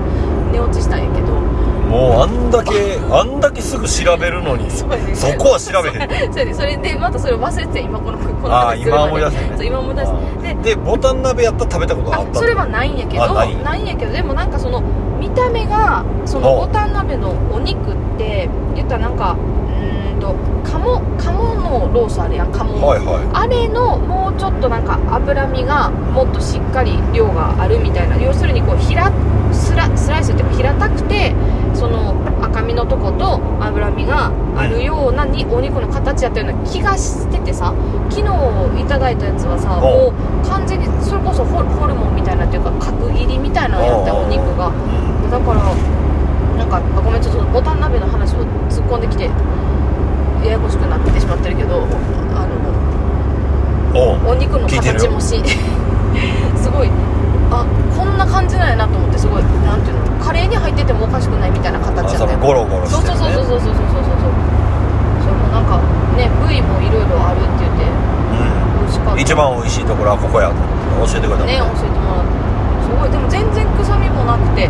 [SPEAKER 2] 寝落ちしたんやけど
[SPEAKER 1] んもうあんだけあんだけすぐ調べるのにそ
[SPEAKER 2] そうやね
[SPEAKER 1] こは調べへん
[SPEAKER 2] そうやねそれでまたそれを忘れてて今このこの
[SPEAKER 1] ああ
[SPEAKER 2] 話するま
[SPEAKER 1] 今思い出したね
[SPEAKER 2] そう今思い出したで
[SPEAKER 1] でボタン鍋やったら食べたことはあった
[SPEAKER 2] あそれはないんやけど
[SPEAKER 1] あない
[SPEAKER 2] んやけどでもなんかその見た目がその
[SPEAKER 1] お
[SPEAKER 2] ボタン鍋のお肉って言ったらなんかうーんと鴨鴨のロースあるやん鴨の、
[SPEAKER 1] はいは
[SPEAKER 2] あれのもうちょっとなんか脂身がもっとしっかり量があるみたいな要するにこう平スラスライスっていうか平たくてその赤身のとこと脂身があるようなにお肉の形やったような気がしててさ昨日いただいたやつはさ
[SPEAKER 1] お
[SPEAKER 2] もう完全にそれこそホルホルモンみたいなっていうか角切りみたいなのやった
[SPEAKER 1] おうおう
[SPEAKER 2] お肉が
[SPEAKER 1] い、うん
[SPEAKER 2] だからなんかあごめんちょっとボタン鍋の話を突っ込んできてややこしくなってしまってるけどあの。
[SPEAKER 1] おう
[SPEAKER 2] お肉の形もし [laughs] すごいあこんな感じなんやなと思ってすごいなんていうのカレーに入っててもおかしくないみたいな
[SPEAKER 1] あ
[SPEAKER 2] 形だ
[SPEAKER 1] そ
[SPEAKER 2] った
[SPEAKER 1] の
[SPEAKER 2] よ
[SPEAKER 1] ゴロゴロ
[SPEAKER 2] そ
[SPEAKER 1] し
[SPEAKER 2] う
[SPEAKER 1] て
[SPEAKER 2] そう
[SPEAKER 1] る
[SPEAKER 2] そうそう
[SPEAKER 1] ね
[SPEAKER 2] そうそうそうそうそうそれもなんかね部位もいろいろあるって言っ
[SPEAKER 1] うん
[SPEAKER 2] て美味しかっ
[SPEAKER 1] 一番
[SPEAKER 2] た
[SPEAKER 1] 美味しいところはここやと思って教えてくれたもん
[SPEAKER 2] ね教えてもらってすごいでも全然臭みもなくて美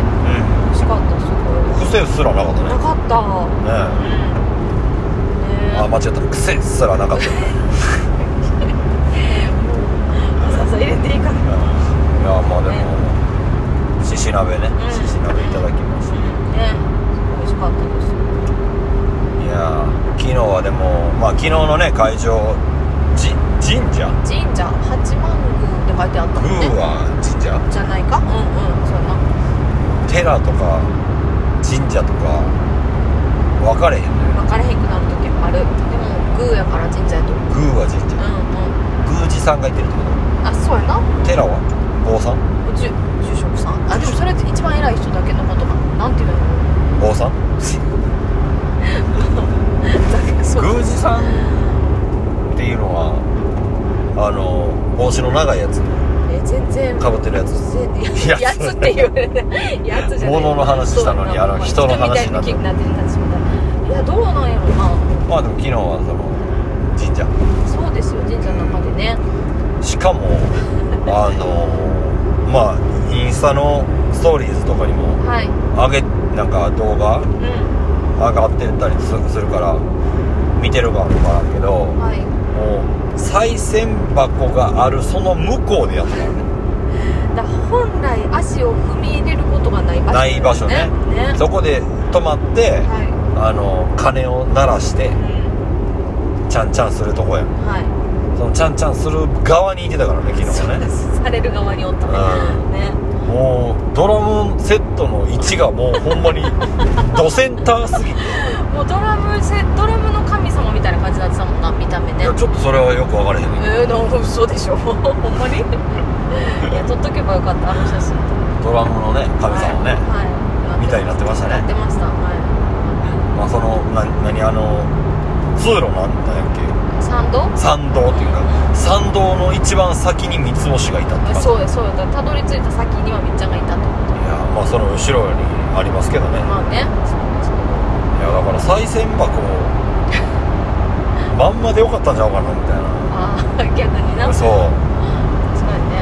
[SPEAKER 2] 味しかったすご
[SPEAKER 1] うん癖すらなかった
[SPEAKER 2] いなかったうん
[SPEAKER 1] ねね
[SPEAKER 2] ね
[SPEAKER 1] あ間違った癖すらなかったよね
[SPEAKER 2] わざわざ入れていいか
[SPEAKER 1] う
[SPEAKER 2] な
[SPEAKER 1] んいやまあでもしし鍋ね
[SPEAKER 2] うん
[SPEAKER 1] しし鍋いただきました
[SPEAKER 2] ね美味しかったです
[SPEAKER 1] いやー昨日はでもまあ昨日のね会場じ神社
[SPEAKER 2] 神社八幡宮って書いてあったもんね
[SPEAKER 1] 宮は神社
[SPEAKER 2] じゃないかうんうんそうやな
[SPEAKER 1] 寺とか神社とか分かれへんのよ
[SPEAKER 2] 分からへんくなる時もあるでもグーやから神社やと思う
[SPEAKER 1] 宮は神
[SPEAKER 2] うん
[SPEAKER 1] 社宮司さ
[SPEAKER 2] う
[SPEAKER 1] んがいてるってこ
[SPEAKER 2] んあそうやな
[SPEAKER 1] と寺は坊さん
[SPEAKER 2] 住住職さんあでもそれって一番偉い人だけのことかなんていうの
[SPEAKER 1] 坊
[SPEAKER 2] [laughs]
[SPEAKER 1] さん
[SPEAKER 2] だけどそう
[SPEAKER 1] 宮司さんっていうのはあの帽子の長いやつ
[SPEAKER 2] [laughs] え全然
[SPEAKER 1] かぶってるやつ
[SPEAKER 2] 全然
[SPEAKER 1] や
[SPEAKER 2] や
[SPEAKER 1] つ
[SPEAKER 2] つっていう
[SPEAKER 1] [laughs]
[SPEAKER 2] やつじゃない
[SPEAKER 1] 物の話したのにあの人の話に
[SPEAKER 2] に
[SPEAKER 1] なっ
[SPEAKER 2] なって
[SPEAKER 1] る
[SPEAKER 2] てるなってしまったいやどうなんやろな
[SPEAKER 1] まあでも昨日はその神社
[SPEAKER 2] そうですよ神社の中でね
[SPEAKER 1] しかもあのまあインスタのストーリーズとかにも
[SPEAKER 2] はいうん
[SPEAKER 1] 上げなんか動画上がってたりすするから見てる側も分からんけども
[SPEAKER 2] はいう
[SPEAKER 1] 賽銭箱があるその向こうでやってる
[SPEAKER 2] だから本来足を踏み入れることがない場所
[SPEAKER 1] ない場所ね
[SPEAKER 2] ね
[SPEAKER 1] そこで泊まって
[SPEAKER 2] は
[SPEAKER 1] あの鐘を鳴らして
[SPEAKER 2] い、うん
[SPEAKER 1] ちゃんちゃんするとこやん
[SPEAKER 2] はい
[SPEAKER 1] そのちゃんちゃんする側にいてたからね昨日
[SPEAKER 2] そう
[SPEAKER 1] は
[SPEAKER 2] で
[SPEAKER 1] ね
[SPEAKER 2] すされる側におったね
[SPEAKER 1] うん
[SPEAKER 2] ね
[SPEAKER 1] もうドラムセットの位置がもうほんまにドセンターすぎて
[SPEAKER 2] もうドラムせドラムの神様みたいな感じになってたもんな見た目
[SPEAKER 1] い
[SPEAKER 2] ね
[SPEAKER 1] やちょっとそれはよく分からへんね
[SPEAKER 2] えー、なんか嘘でしょ [laughs] ほんまにいや撮っとけばよかったあの写真
[SPEAKER 1] ドラムのね神様ね、
[SPEAKER 2] はい、はい
[SPEAKER 1] みたいになってましたね
[SPEAKER 2] なってましたは
[SPEAKER 1] まあそのな何あの通路なんだっけ
[SPEAKER 2] い参道
[SPEAKER 1] 参道っていうか参道の一番先に三つ星がいたって感じい
[SPEAKER 2] そうやそうやだたどり着いた先にはみっちゃんがいたと思って
[SPEAKER 1] やまあその後ろにありますけどねい
[SPEAKER 2] まあねそうですけど
[SPEAKER 1] やだから賽銭箱をまんまでよかったんちゃうかなみたいな
[SPEAKER 2] ああ逆にな
[SPEAKER 1] そう
[SPEAKER 2] 確かにね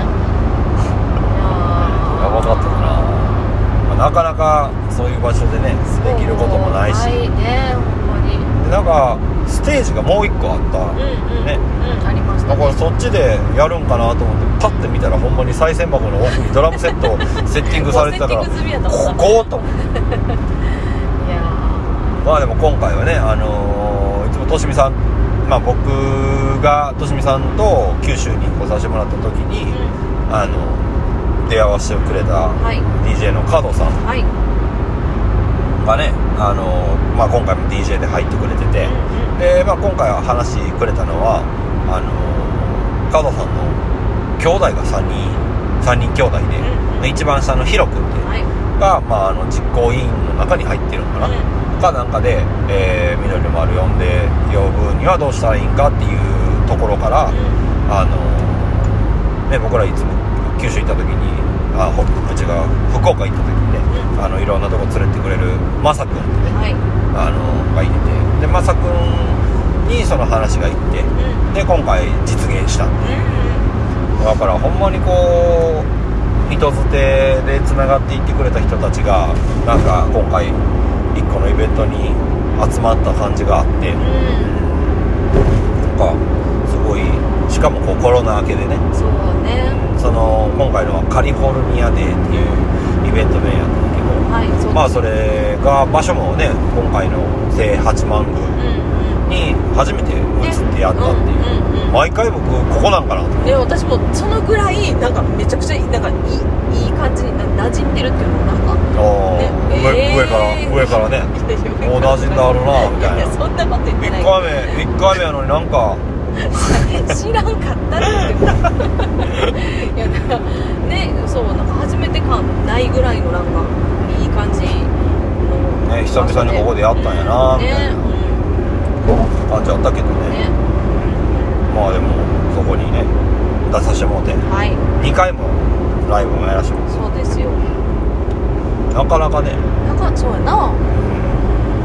[SPEAKER 2] い
[SPEAKER 1] や
[SPEAKER 2] や
[SPEAKER 1] ばかったな、まあなかなかそういう場所でねできることもないし
[SPEAKER 2] ないねほんまに
[SPEAKER 1] でなんかステージがもう一個あった、
[SPEAKER 2] うんうん、
[SPEAKER 1] ね
[SPEAKER 2] うんありました
[SPEAKER 1] だ
[SPEAKER 2] ね
[SPEAKER 1] からそっちでやるんかなと思ってパッて見たらほんまに賽銭箱の奥にドラムセットをセッティングされてたから
[SPEAKER 2] もうセッティング済みやったもんな
[SPEAKER 1] ここと
[SPEAKER 2] いや
[SPEAKER 1] まあでも今回はねあのーいつもとしみさんまあ僕がとしみさんと九州に来させてもらった時
[SPEAKER 2] ー
[SPEAKER 1] に、
[SPEAKER 2] う
[SPEAKER 1] あの出会わせてくれた
[SPEAKER 2] んはい
[SPEAKER 1] DJ の角さん
[SPEAKER 2] はい
[SPEAKER 1] がね、あのーまあ、今回も DJ で入ってくれてて、
[SPEAKER 2] う
[SPEAKER 1] で、まあ、今回は話してくれたのはあの加藤さんの兄弟が3人3人兄弟で,、
[SPEAKER 2] うんうん
[SPEAKER 1] で一番下のヒロ君ってい
[SPEAKER 2] んうんはい、う
[SPEAKER 1] うが、まあ、あの実行委員の中に入ってるのかな、
[SPEAKER 2] ん
[SPEAKER 1] かなんかで「えー、緑の丸呼んで呼ぶにはどうしたらいいんか」っていうところから、
[SPEAKER 2] うん
[SPEAKER 1] あのね、僕らいつも九州行った時にあほ違う福岡行った時にね、
[SPEAKER 2] う
[SPEAKER 1] あのいろんなとこ連れてくれるまさくんってね
[SPEAKER 2] はい
[SPEAKER 1] あのがいててでまさくんにその話が行って
[SPEAKER 2] うんうん
[SPEAKER 1] で今回実現した
[SPEAKER 2] う
[SPEAKER 1] だからほんまにこう人づてでつながっていってくれた人たちがなんか今回一個のイベントに集まった感じがあってなん
[SPEAKER 2] んうん
[SPEAKER 1] かすごいしかもこうコロナ明けでね
[SPEAKER 2] そうね。
[SPEAKER 1] その今回のカリフォルニアデーっていうイベント名やったんだけど
[SPEAKER 2] はい、そう。
[SPEAKER 1] まあそれが場所もね今回の聖八幡宮
[SPEAKER 2] うんうん。
[SPEAKER 1] に初めて移ってやったっていう、
[SPEAKER 2] うんうんうん
[SPEAKER 1] 毎回僕ここなんかなと
[SPEAKER 2] ね、私もそのぐらいなんかめちゃくちゃなんかいいいい感じにな馴染んでるっていうのなんか
[SPEAKER 1] あ
[SPEAKER 2] ね
[SPEAKER 1] ー上
[SPEAKER 2] えー
[SPEAKER 1] 上から上からねもう馴染んだあるなみたいない
[SPEAKER 2] ややそんなこと言って
[SPEAKER 1] 1
[SPEAKER 2] ない
[SPEAKER 1] 回目1回目やのになんか
[SPEAKER 2] 知らんかったっていういやだからねそうなんか初めて感ないぐらいのなんかいい感じの
[SPEAKER 1] ね久々にここでやったんやなみたいな
[SPEAKER 2] ね
[SPEAKER 1] 感じあったけど
[SPEAKER 2] うん
[SPEAKER 1] ね
[SPEAKER 2] ね
[SPEAKER 1] まあでもそこにね出させてもらって
[SPEAKER 2] はい
[SPEAKER 1] 2回もライブもやらせてもらっ
[SPEAKER 2] そうですよ
[SPEAKER 1] てなかなかね
[SPEAKER 2] なんかそうやな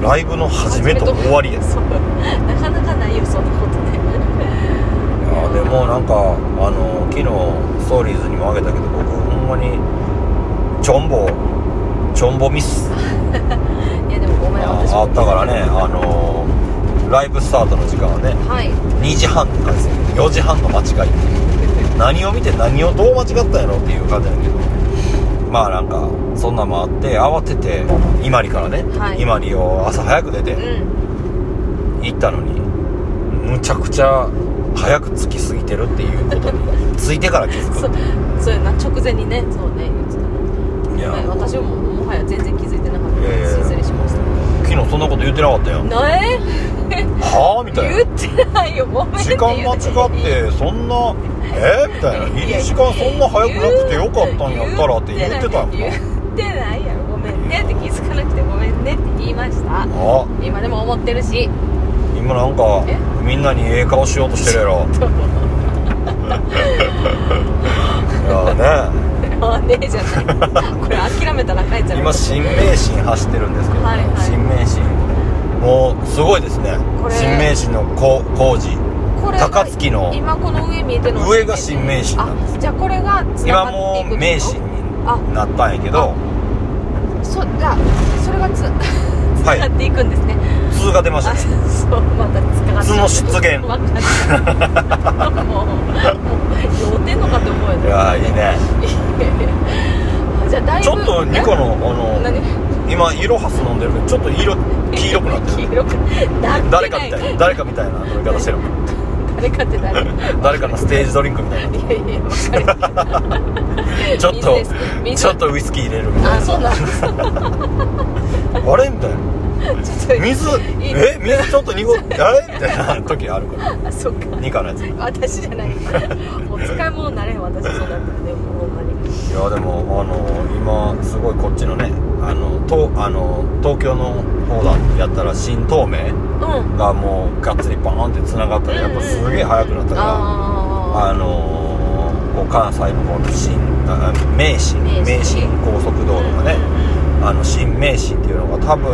[SPEAKER 1] ライブの始めと終わりやす
[SPEAKER 2] そうなかなかないよそんなことね
[SPEAKER 1] いやでもなんかあの昨日ストーリーズにもあげたけど僕ほんまにちょんぼちょんぼミス
[SPEAKER 2] いやでもごめん私
[SPEAKER 1] ああったからねあのライブスタートの時間はね
[SPEAKER 2] はい
[SPEAKER 1] 2時半とかですよ4時半の間違いっていう何を見て何をどう間違ったんやろっていう感じだけどまあなんかそんなんもあって慌てて伊万里からね
[SPEAKER 2] はい
[SPEAKER 1] 伊万里を朝早く出
[SPEAKER 2] う
[SPEAKER 1] て
[SPEAKER 2] ん
[SPEAKER 1] 行ったのにむちゃくちゃ早く着きすぎてるっていうこと
[SPEAKER 2] [laughs]
[SPEAKER 1] に着いてから気づく
[SPEAKER 2] そそうやな直前にねそうね言ってた
[SPEAKER 1] いや
[SPEAKER 2] ごめん私ももはや全然気づいてなかったの
[SPEAKER 1] いやいや
[SPEAKER 2] で
[SPEAKER 1] いや
[SPEAKER 2] 失礼しました
[SPEAKER 1] 昨日そんなこと言ってなかったよ
[SPEAKER 2] なえ
[SPEAKER 1] はあみたいな
[SPEAKER 2] 言ってないよごめんっ
[SPEAKER 1] [laughs] 時
[SPEAKER 2] て言
[SPEAKER 1] 間間
[SPEAKER 2] う
[SPEAKER 1] 違ってそんなえみたいな入り時間そんな早くなくてよかったんやったらって言ってたん
[SPEAKER 2] 言
[SPEAKER 1] か
[SPEAKER 2] ってないやろごめんねって気づかなくてごめんねって言いました
[SPEAKER 1] あ
[SPEAKER 2] 今でも思ってるし [laughs]
[SPEAKER 1] 今なんか
[SPEAKER 2] え
[SPEAKER 1] みんなにええ顔しようとしてるや
[SPEAKER 2] [laughs]
[SPEAKER 1] ろ
[SPEAKER 2] と思う
[SPEAKER 1] いやね
[SPEAKER 2] あねえじゃないこれ諦めたらあかんじゃない
[SPEAKER 1] 今新名神走ってるんですけど、
[SPEAKER 2] はいはい
[SPEAKER 1] 新名神もうすごいですね
[SPEAKER 2] これ
[SPEAKER 1] 新名神のこ工事
[SPEAKER 2] これが
[SPEAKER 1] 高槻の
[SPEAKER 2] 今この上見えてるの
[SPEAKER 1] 上が新名神な
[SPEAKER 2] あ
[SPEAKER 1] んです
[SPEAKER 2] じゃあこれがつな
[SPEAKER 1] 今
[SPEAKER 2] がってい
[SPEAKER 1] も
[SPEAKER 2] く
[SPEAKER 1] う名神
[SPEAKER 2] あ
[SPEAKER 1] になったんやけど
[SPEAKER 2] そうじゃあそれがつつながっていくんですね、
[SPEAKER 1] 通が出まし
[SPEAKER 2] あ
[SPEAKER 1] た
[SPEAKER 2] そうまたつながって
[SPEAKER 1] その出現
[SPEAKER 2] わかったもうもう酔ってんのかって思うよ
[SPEAKER 1] いやーいいね
[SPEAKER 2] あじゃあだいぶ
[SPEAKER 1] ちょっとニコのあ
[SPEAKER 2] え
[SPEAKER 1] の
[SPEAKER 2] 何
[SPEAKER 1] 今イロハス飲んでるけどちょっと色黄色くなって
[SPEAKER 2] 黄
[SPEAKER 1] る
[SPEAKER 2] 色くなってない
[SPEAKER 1] 誰かみたいな誰かみたいな飲み方してる
[SPEAKER 2] 誰かって誰
[SPEAKER 1] 誰かのステージドリンクみたい
[SPEAKER 2] いやいやわかる
[SPEAKER 1] なちょっと
[SPEAKER 2] 水です水
[SPEAKER 1] ちょっとウイスキー入れるみた
[SPEAKER 2] あ
[SPEAKER 1] い
[SPEAKER 2] そう
[SPEAKER 1] な
[SPEAKER 2] なんですちょっ
[SPEAKER 1] あれみたいな
[SPEAKER 2] と
[SPEAKER 1] 水
[SPEAKER 2] いい
[SPEAKER 1] え水ちょっと濁ってあれみたいな時あるから
[SPEAKER 2] あそっか
[SPEAKER 1] ニカのやつい
[SPEAKER 2] 私じゃないお使い物になれん私そうなってねもうほんまに
[SPEAKER 1] やでもあの今すごいこっちのねあのとあの東京の方だやったら新東名
[SPEAKER 2] うん
[SPEAKER 1] がもうがっつりバーンってつながったらやっぱすげえ速くなったから
[SPEAKER 2] あ
[SPEAKER 1] あのこう関西の方の新あ名神
[SPEAKER 2] 名神
[SPEAKER 1] 名神高速道路がねあの新名神っていうのが多分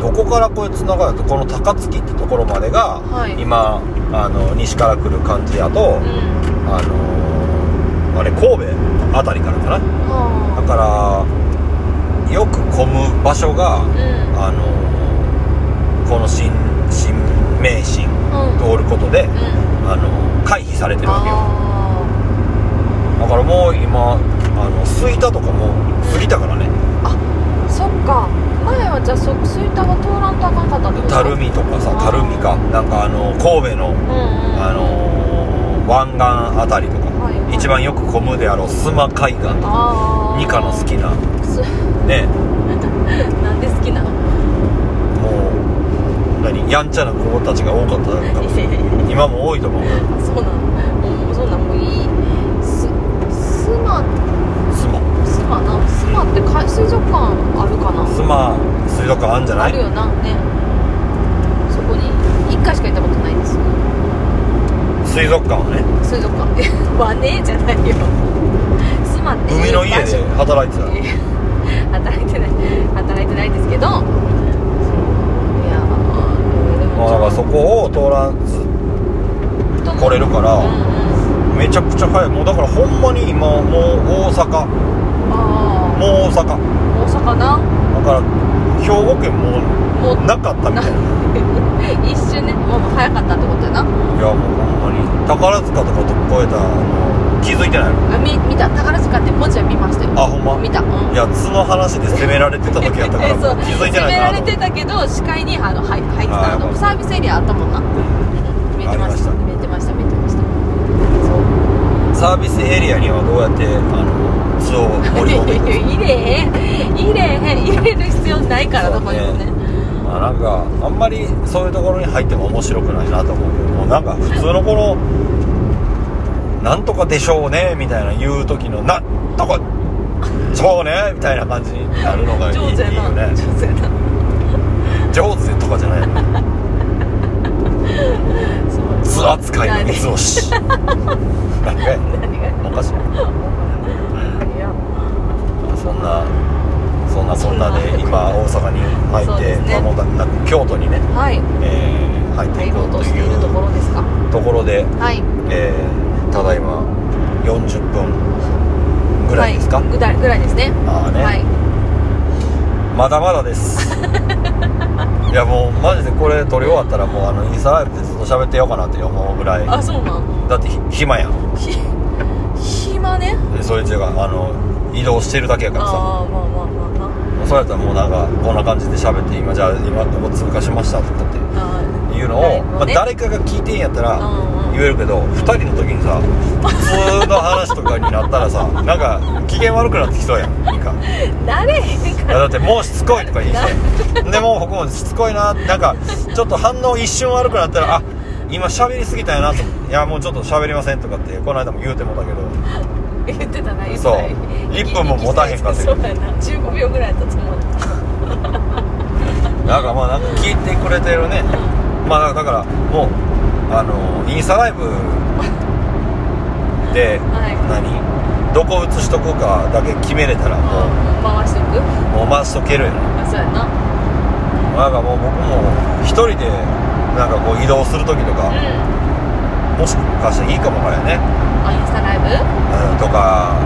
[SPEAKER 1] どこからこれつながるとこの高槻ってところまでが、
[SPEAKER 2] はい
[SPEAKER 1] 今あの西から来る感じやと、
[SPEAKER 2] うん
[SPEAKER 1] あのーあれ神戸あたりからかなだ
[SPEAKER 2] あ
[SPEAKER 1] からよく混む場所が
[SPEAKER 2] ーうん
[SPEAKER 1] あのこの新新名神
[SPEAKER 2] うん
[SPEAKER 1] 通ることで、
[SPEAKER 2] うん
[SPEAKER 1] あの回避されてるわけよ
[SPEAKER 2] あ
[SPEAKER 1] だからもう今あの吹田とかも過ぎたからね
[SPEAKER 2] ーそっか前はじゃあそ吹田は通らんとあかんかったってこと
[SPEAKER 1] 垂水とかさ
[SPEAKER 2] あー
[SPEAKER 1] 垂水かなんかあの神戸の、
[SPEAKER 2] うんうん
[SPEAKER 1] あのー湾岸あたりとか、
[SPEAKER 2] はいはい
[SPEAKER 1] 一番よく混むであろう須磨海岸とか
[SPEAKER 2] あー
[SPEAKER 1] ニカの好きな
[SPEAKER 2] す
[SPEAKER 1] ね
[SPEAKER 2] [laughs] なんで好きなの
[SPEAKER 1] もう何やんちゃな子たちが多かったから
[SPEAKER 2] いやいやいや
[SPEAKER 1] 今も多いと思うよ
[SPEAKER 2] そうなのもうそうなのもういいすスマ
[SPEAKER 1] 須磨
[SPEAKER 2] スマなスマってか水族館あるかな
[SPEAKER 1] 須磨水族館あんじゃな
[SPEAKER 2] あ
[SPEAKER 1] い
[SPEAKER 2] るよなねそこに1回しか行ったことないんですよ
[SPEAKER 1] 水族館はね
[SPEAKER 2] 水族館 [laughs] はねえじゃないよスマって
[SPEAKER 1] 海の家で働いてた
[SPEAKER 2] いや [laughs] 働いてない働いてないんですけどいや
[SPEAKER 1] ま
[SPEAKER 2] ーで
[SPEAKER 1] あだからそこを通らず
[SPEAKER 2] ちょっと
[SPEAKER 1] 来れるから
[SPEAKER 2] うんうん
[SPEAKER 1] めちゃくちゃ早いもうだからほんまに今もう大阪もう
[SPEAKER 2] あ
[SPEAKER 1] 大阪
[SPEAKER 2] あ大阪な [laughs]
[SPEAKER 1] だから兵庫県も
[SPEAKER 2] もう
[SPEAKER 1] うなかったみ
[SPEAKER 2] [laughs]
[SPEAKER 1] たいない
[SPEAKER 2] 一瞬ねもう早かったってことやな
[SPEAKER 1] やもうほんまに宝塚とかと超えたあの気づいてないの
[SPEAKER 2] あみ見た宝塚って文字は見ましたよ
[SPEAKER 1] あほんま
[SPEAKER 2] 見たうん
[SPEAKER 1] いや津の話で責められてた時やったか
[SPEAKER 2] え [laughs] そ
[SPEAKER 1] ら
[SPEAKER 2] う
[SPEAKER 1] 気づいてないかなと思
[SPEAKER 2] 攻められてたけど視界にあの入入って
[SPEAKER 1] あー
[SPEAKER 2] たあ
[SPEAKER 1] やっ
[SPEAKER 2] の
[SPEAKER 1] ぱ
[SPEAKER 2] サービスエリアあったもんなうん見えてまし
[SPEAKER 1] ありました
[SPEAKER 2] た見えてました見えてましたそ
[SPEAKER 1] サ
[SPEAKER 2] う
[SPEAKER 1] ービスエリアにはどうやってあの巣を盛り込んでいくんですか
[SPEAKER 2] [laughs] 入れへん入れへん入れる必要ないから
[SPEAKER 1] そ
[SPEAKER 2] ど
[SPEAKER 1] う
[SPEAKER 2] こ
[SPEAKER 1] だ
[SPEAKER 2] に
[SPEAKER 1] ね
[SPEAKER 2] もね
[SPEAKER 1] まあなんかあんまりそういうところに入っても面白くないなと思うけどもうなんか普通のこの「なんとかでしょうね」みたいな言う時の「なんとかそうね」みたいな感じになるのが [laughs] いいいい
[SPEAKER 2] 上手や
[SPEAKER 1] よ
[SPEAKER 2] な
[SPEAKER 1] ね
[SPEAKER 2] 上手やな
[SPEAKER 1] 上手とかじゃない
[SPEAKER 2] そう
[SPEAKER 1] 図扱いの
[SPEAKER 2] 何
[SPEAKER 1] 水をしなんか
[SPEAKER 2] 何が
[SPEAKER 1] おかしい
[SPEAKER 2] いや
[SPEAKER 1] そんなそんなそんなで今大阪に入
[SPEAKER 2] そう
[SPEAKER 1] っ
[SPEAKER 2] で
[SPEAKER 1] て、
[SPEAKER 2] すね
[SPEAKER 1] まあもうなく京都にね、
[SPEAKER 2] はい
[SPEAKER 1] えー入ってい
[SPEAKER 2] 入
[SPEAKER 1] こ
[SPEAKER 2] ろ
[SPEAKER 1] う
[SPEAKER 2] う
[SPEAKER 1] と
[SPEAKER 2] と
[SPEAKER 1] い
[SPEAKER 2] しているところですか
[SPEAKER 1] うところで
[SPEAKER 2] はい
[SPEAKER 1] えーただいま40分ぐらいですか、
[SPEAKER 2] はぐらいぐらいですね
[SPEAKER 1] ああね、
[SPEAKER 2] はい
[SPEAKER 1] まだまだです
[SPEAKER 2] [laughs]
[SPEAKER 1] いやもうマジでこれ撮り終わったらもうあのインスタライブでずっと喋ってようかなって思うぐらいだ
[SPEAKER 2] あそうなん
[SPEAKER 1] ってひ暇やん
[SPEAKER 2] ひ暇ね
[SPEAKER 1] でそういう違うあの移動してるだけやからさ
[SPEAKER 2] ああまあまあまあま
[SPEAKER 1] そうやったらもうなんかこんな感じで喋って今じゃあ今ここ通過しましたって言って
[SPEAKER 2] あはい
[SPEAKER 1] いうのを、
[SPEAKER 2] はい
[SPEAKER 1] まあ、誰かが聞いてんやったら
[SPEAKER 2] うんうん
[SPEAKER 1] 言えるけど、2人の時にさ普通の話とかになったら
[SPEAKER 2] [laughs]
[SPEAKER 1] さなんか機嫌悪くなってきそうやんなんか
[SPEAKER 2] なれへん
[SPEAKER 1] い
[SPEAKER 2] か
[SPEAKER 1] やだ
[SPEAKER 2] ら
[SPEAKER 1] ってもうしつこいとか言い
[SPEAKER 2] [laughs]
[SPEAKER 1] そうでもう僕もしつこいななんかちょっと反応一瞬悪くなったらあ今喋りすぎたよなといやもうちょっと喋りませんとかってこの間も言うてもたけど
[SPEAKER 2] 言ってたな言ってた
[SPEAKER 1] そう一分も持たへんかったけ
[SPEAKER 2] そうやな15秒ぐらいだったと思う
[SPEAKER 1] なんかまあなんか聞いてくれてるねまあだからもうあのインスタライブで
[SPEAKER 2] は
[SPEAKER 1] 何どこ映しとこうかだけ決めれたらも
[SPEAKER 2] 回してい
[SPEAKER 1] う
[SPEAKER 2] く
[SPEAKER 1] もう回しとけるよね
[SPEAKER 2] あそうやな
[SPEAKER 1] なんかもう僕も一人でなんかこう移動する時と
[SPEAKER 2] う
[SPEAKER 1] か
[SPEAKER 2] ん
[SPEAKER 1] もしかしていいかもからね
[SPEAKER 2] あインスタライ
[SPEAKER 1] う
[SPEAKER 2] ブ
[SPEAKER 1] んとか、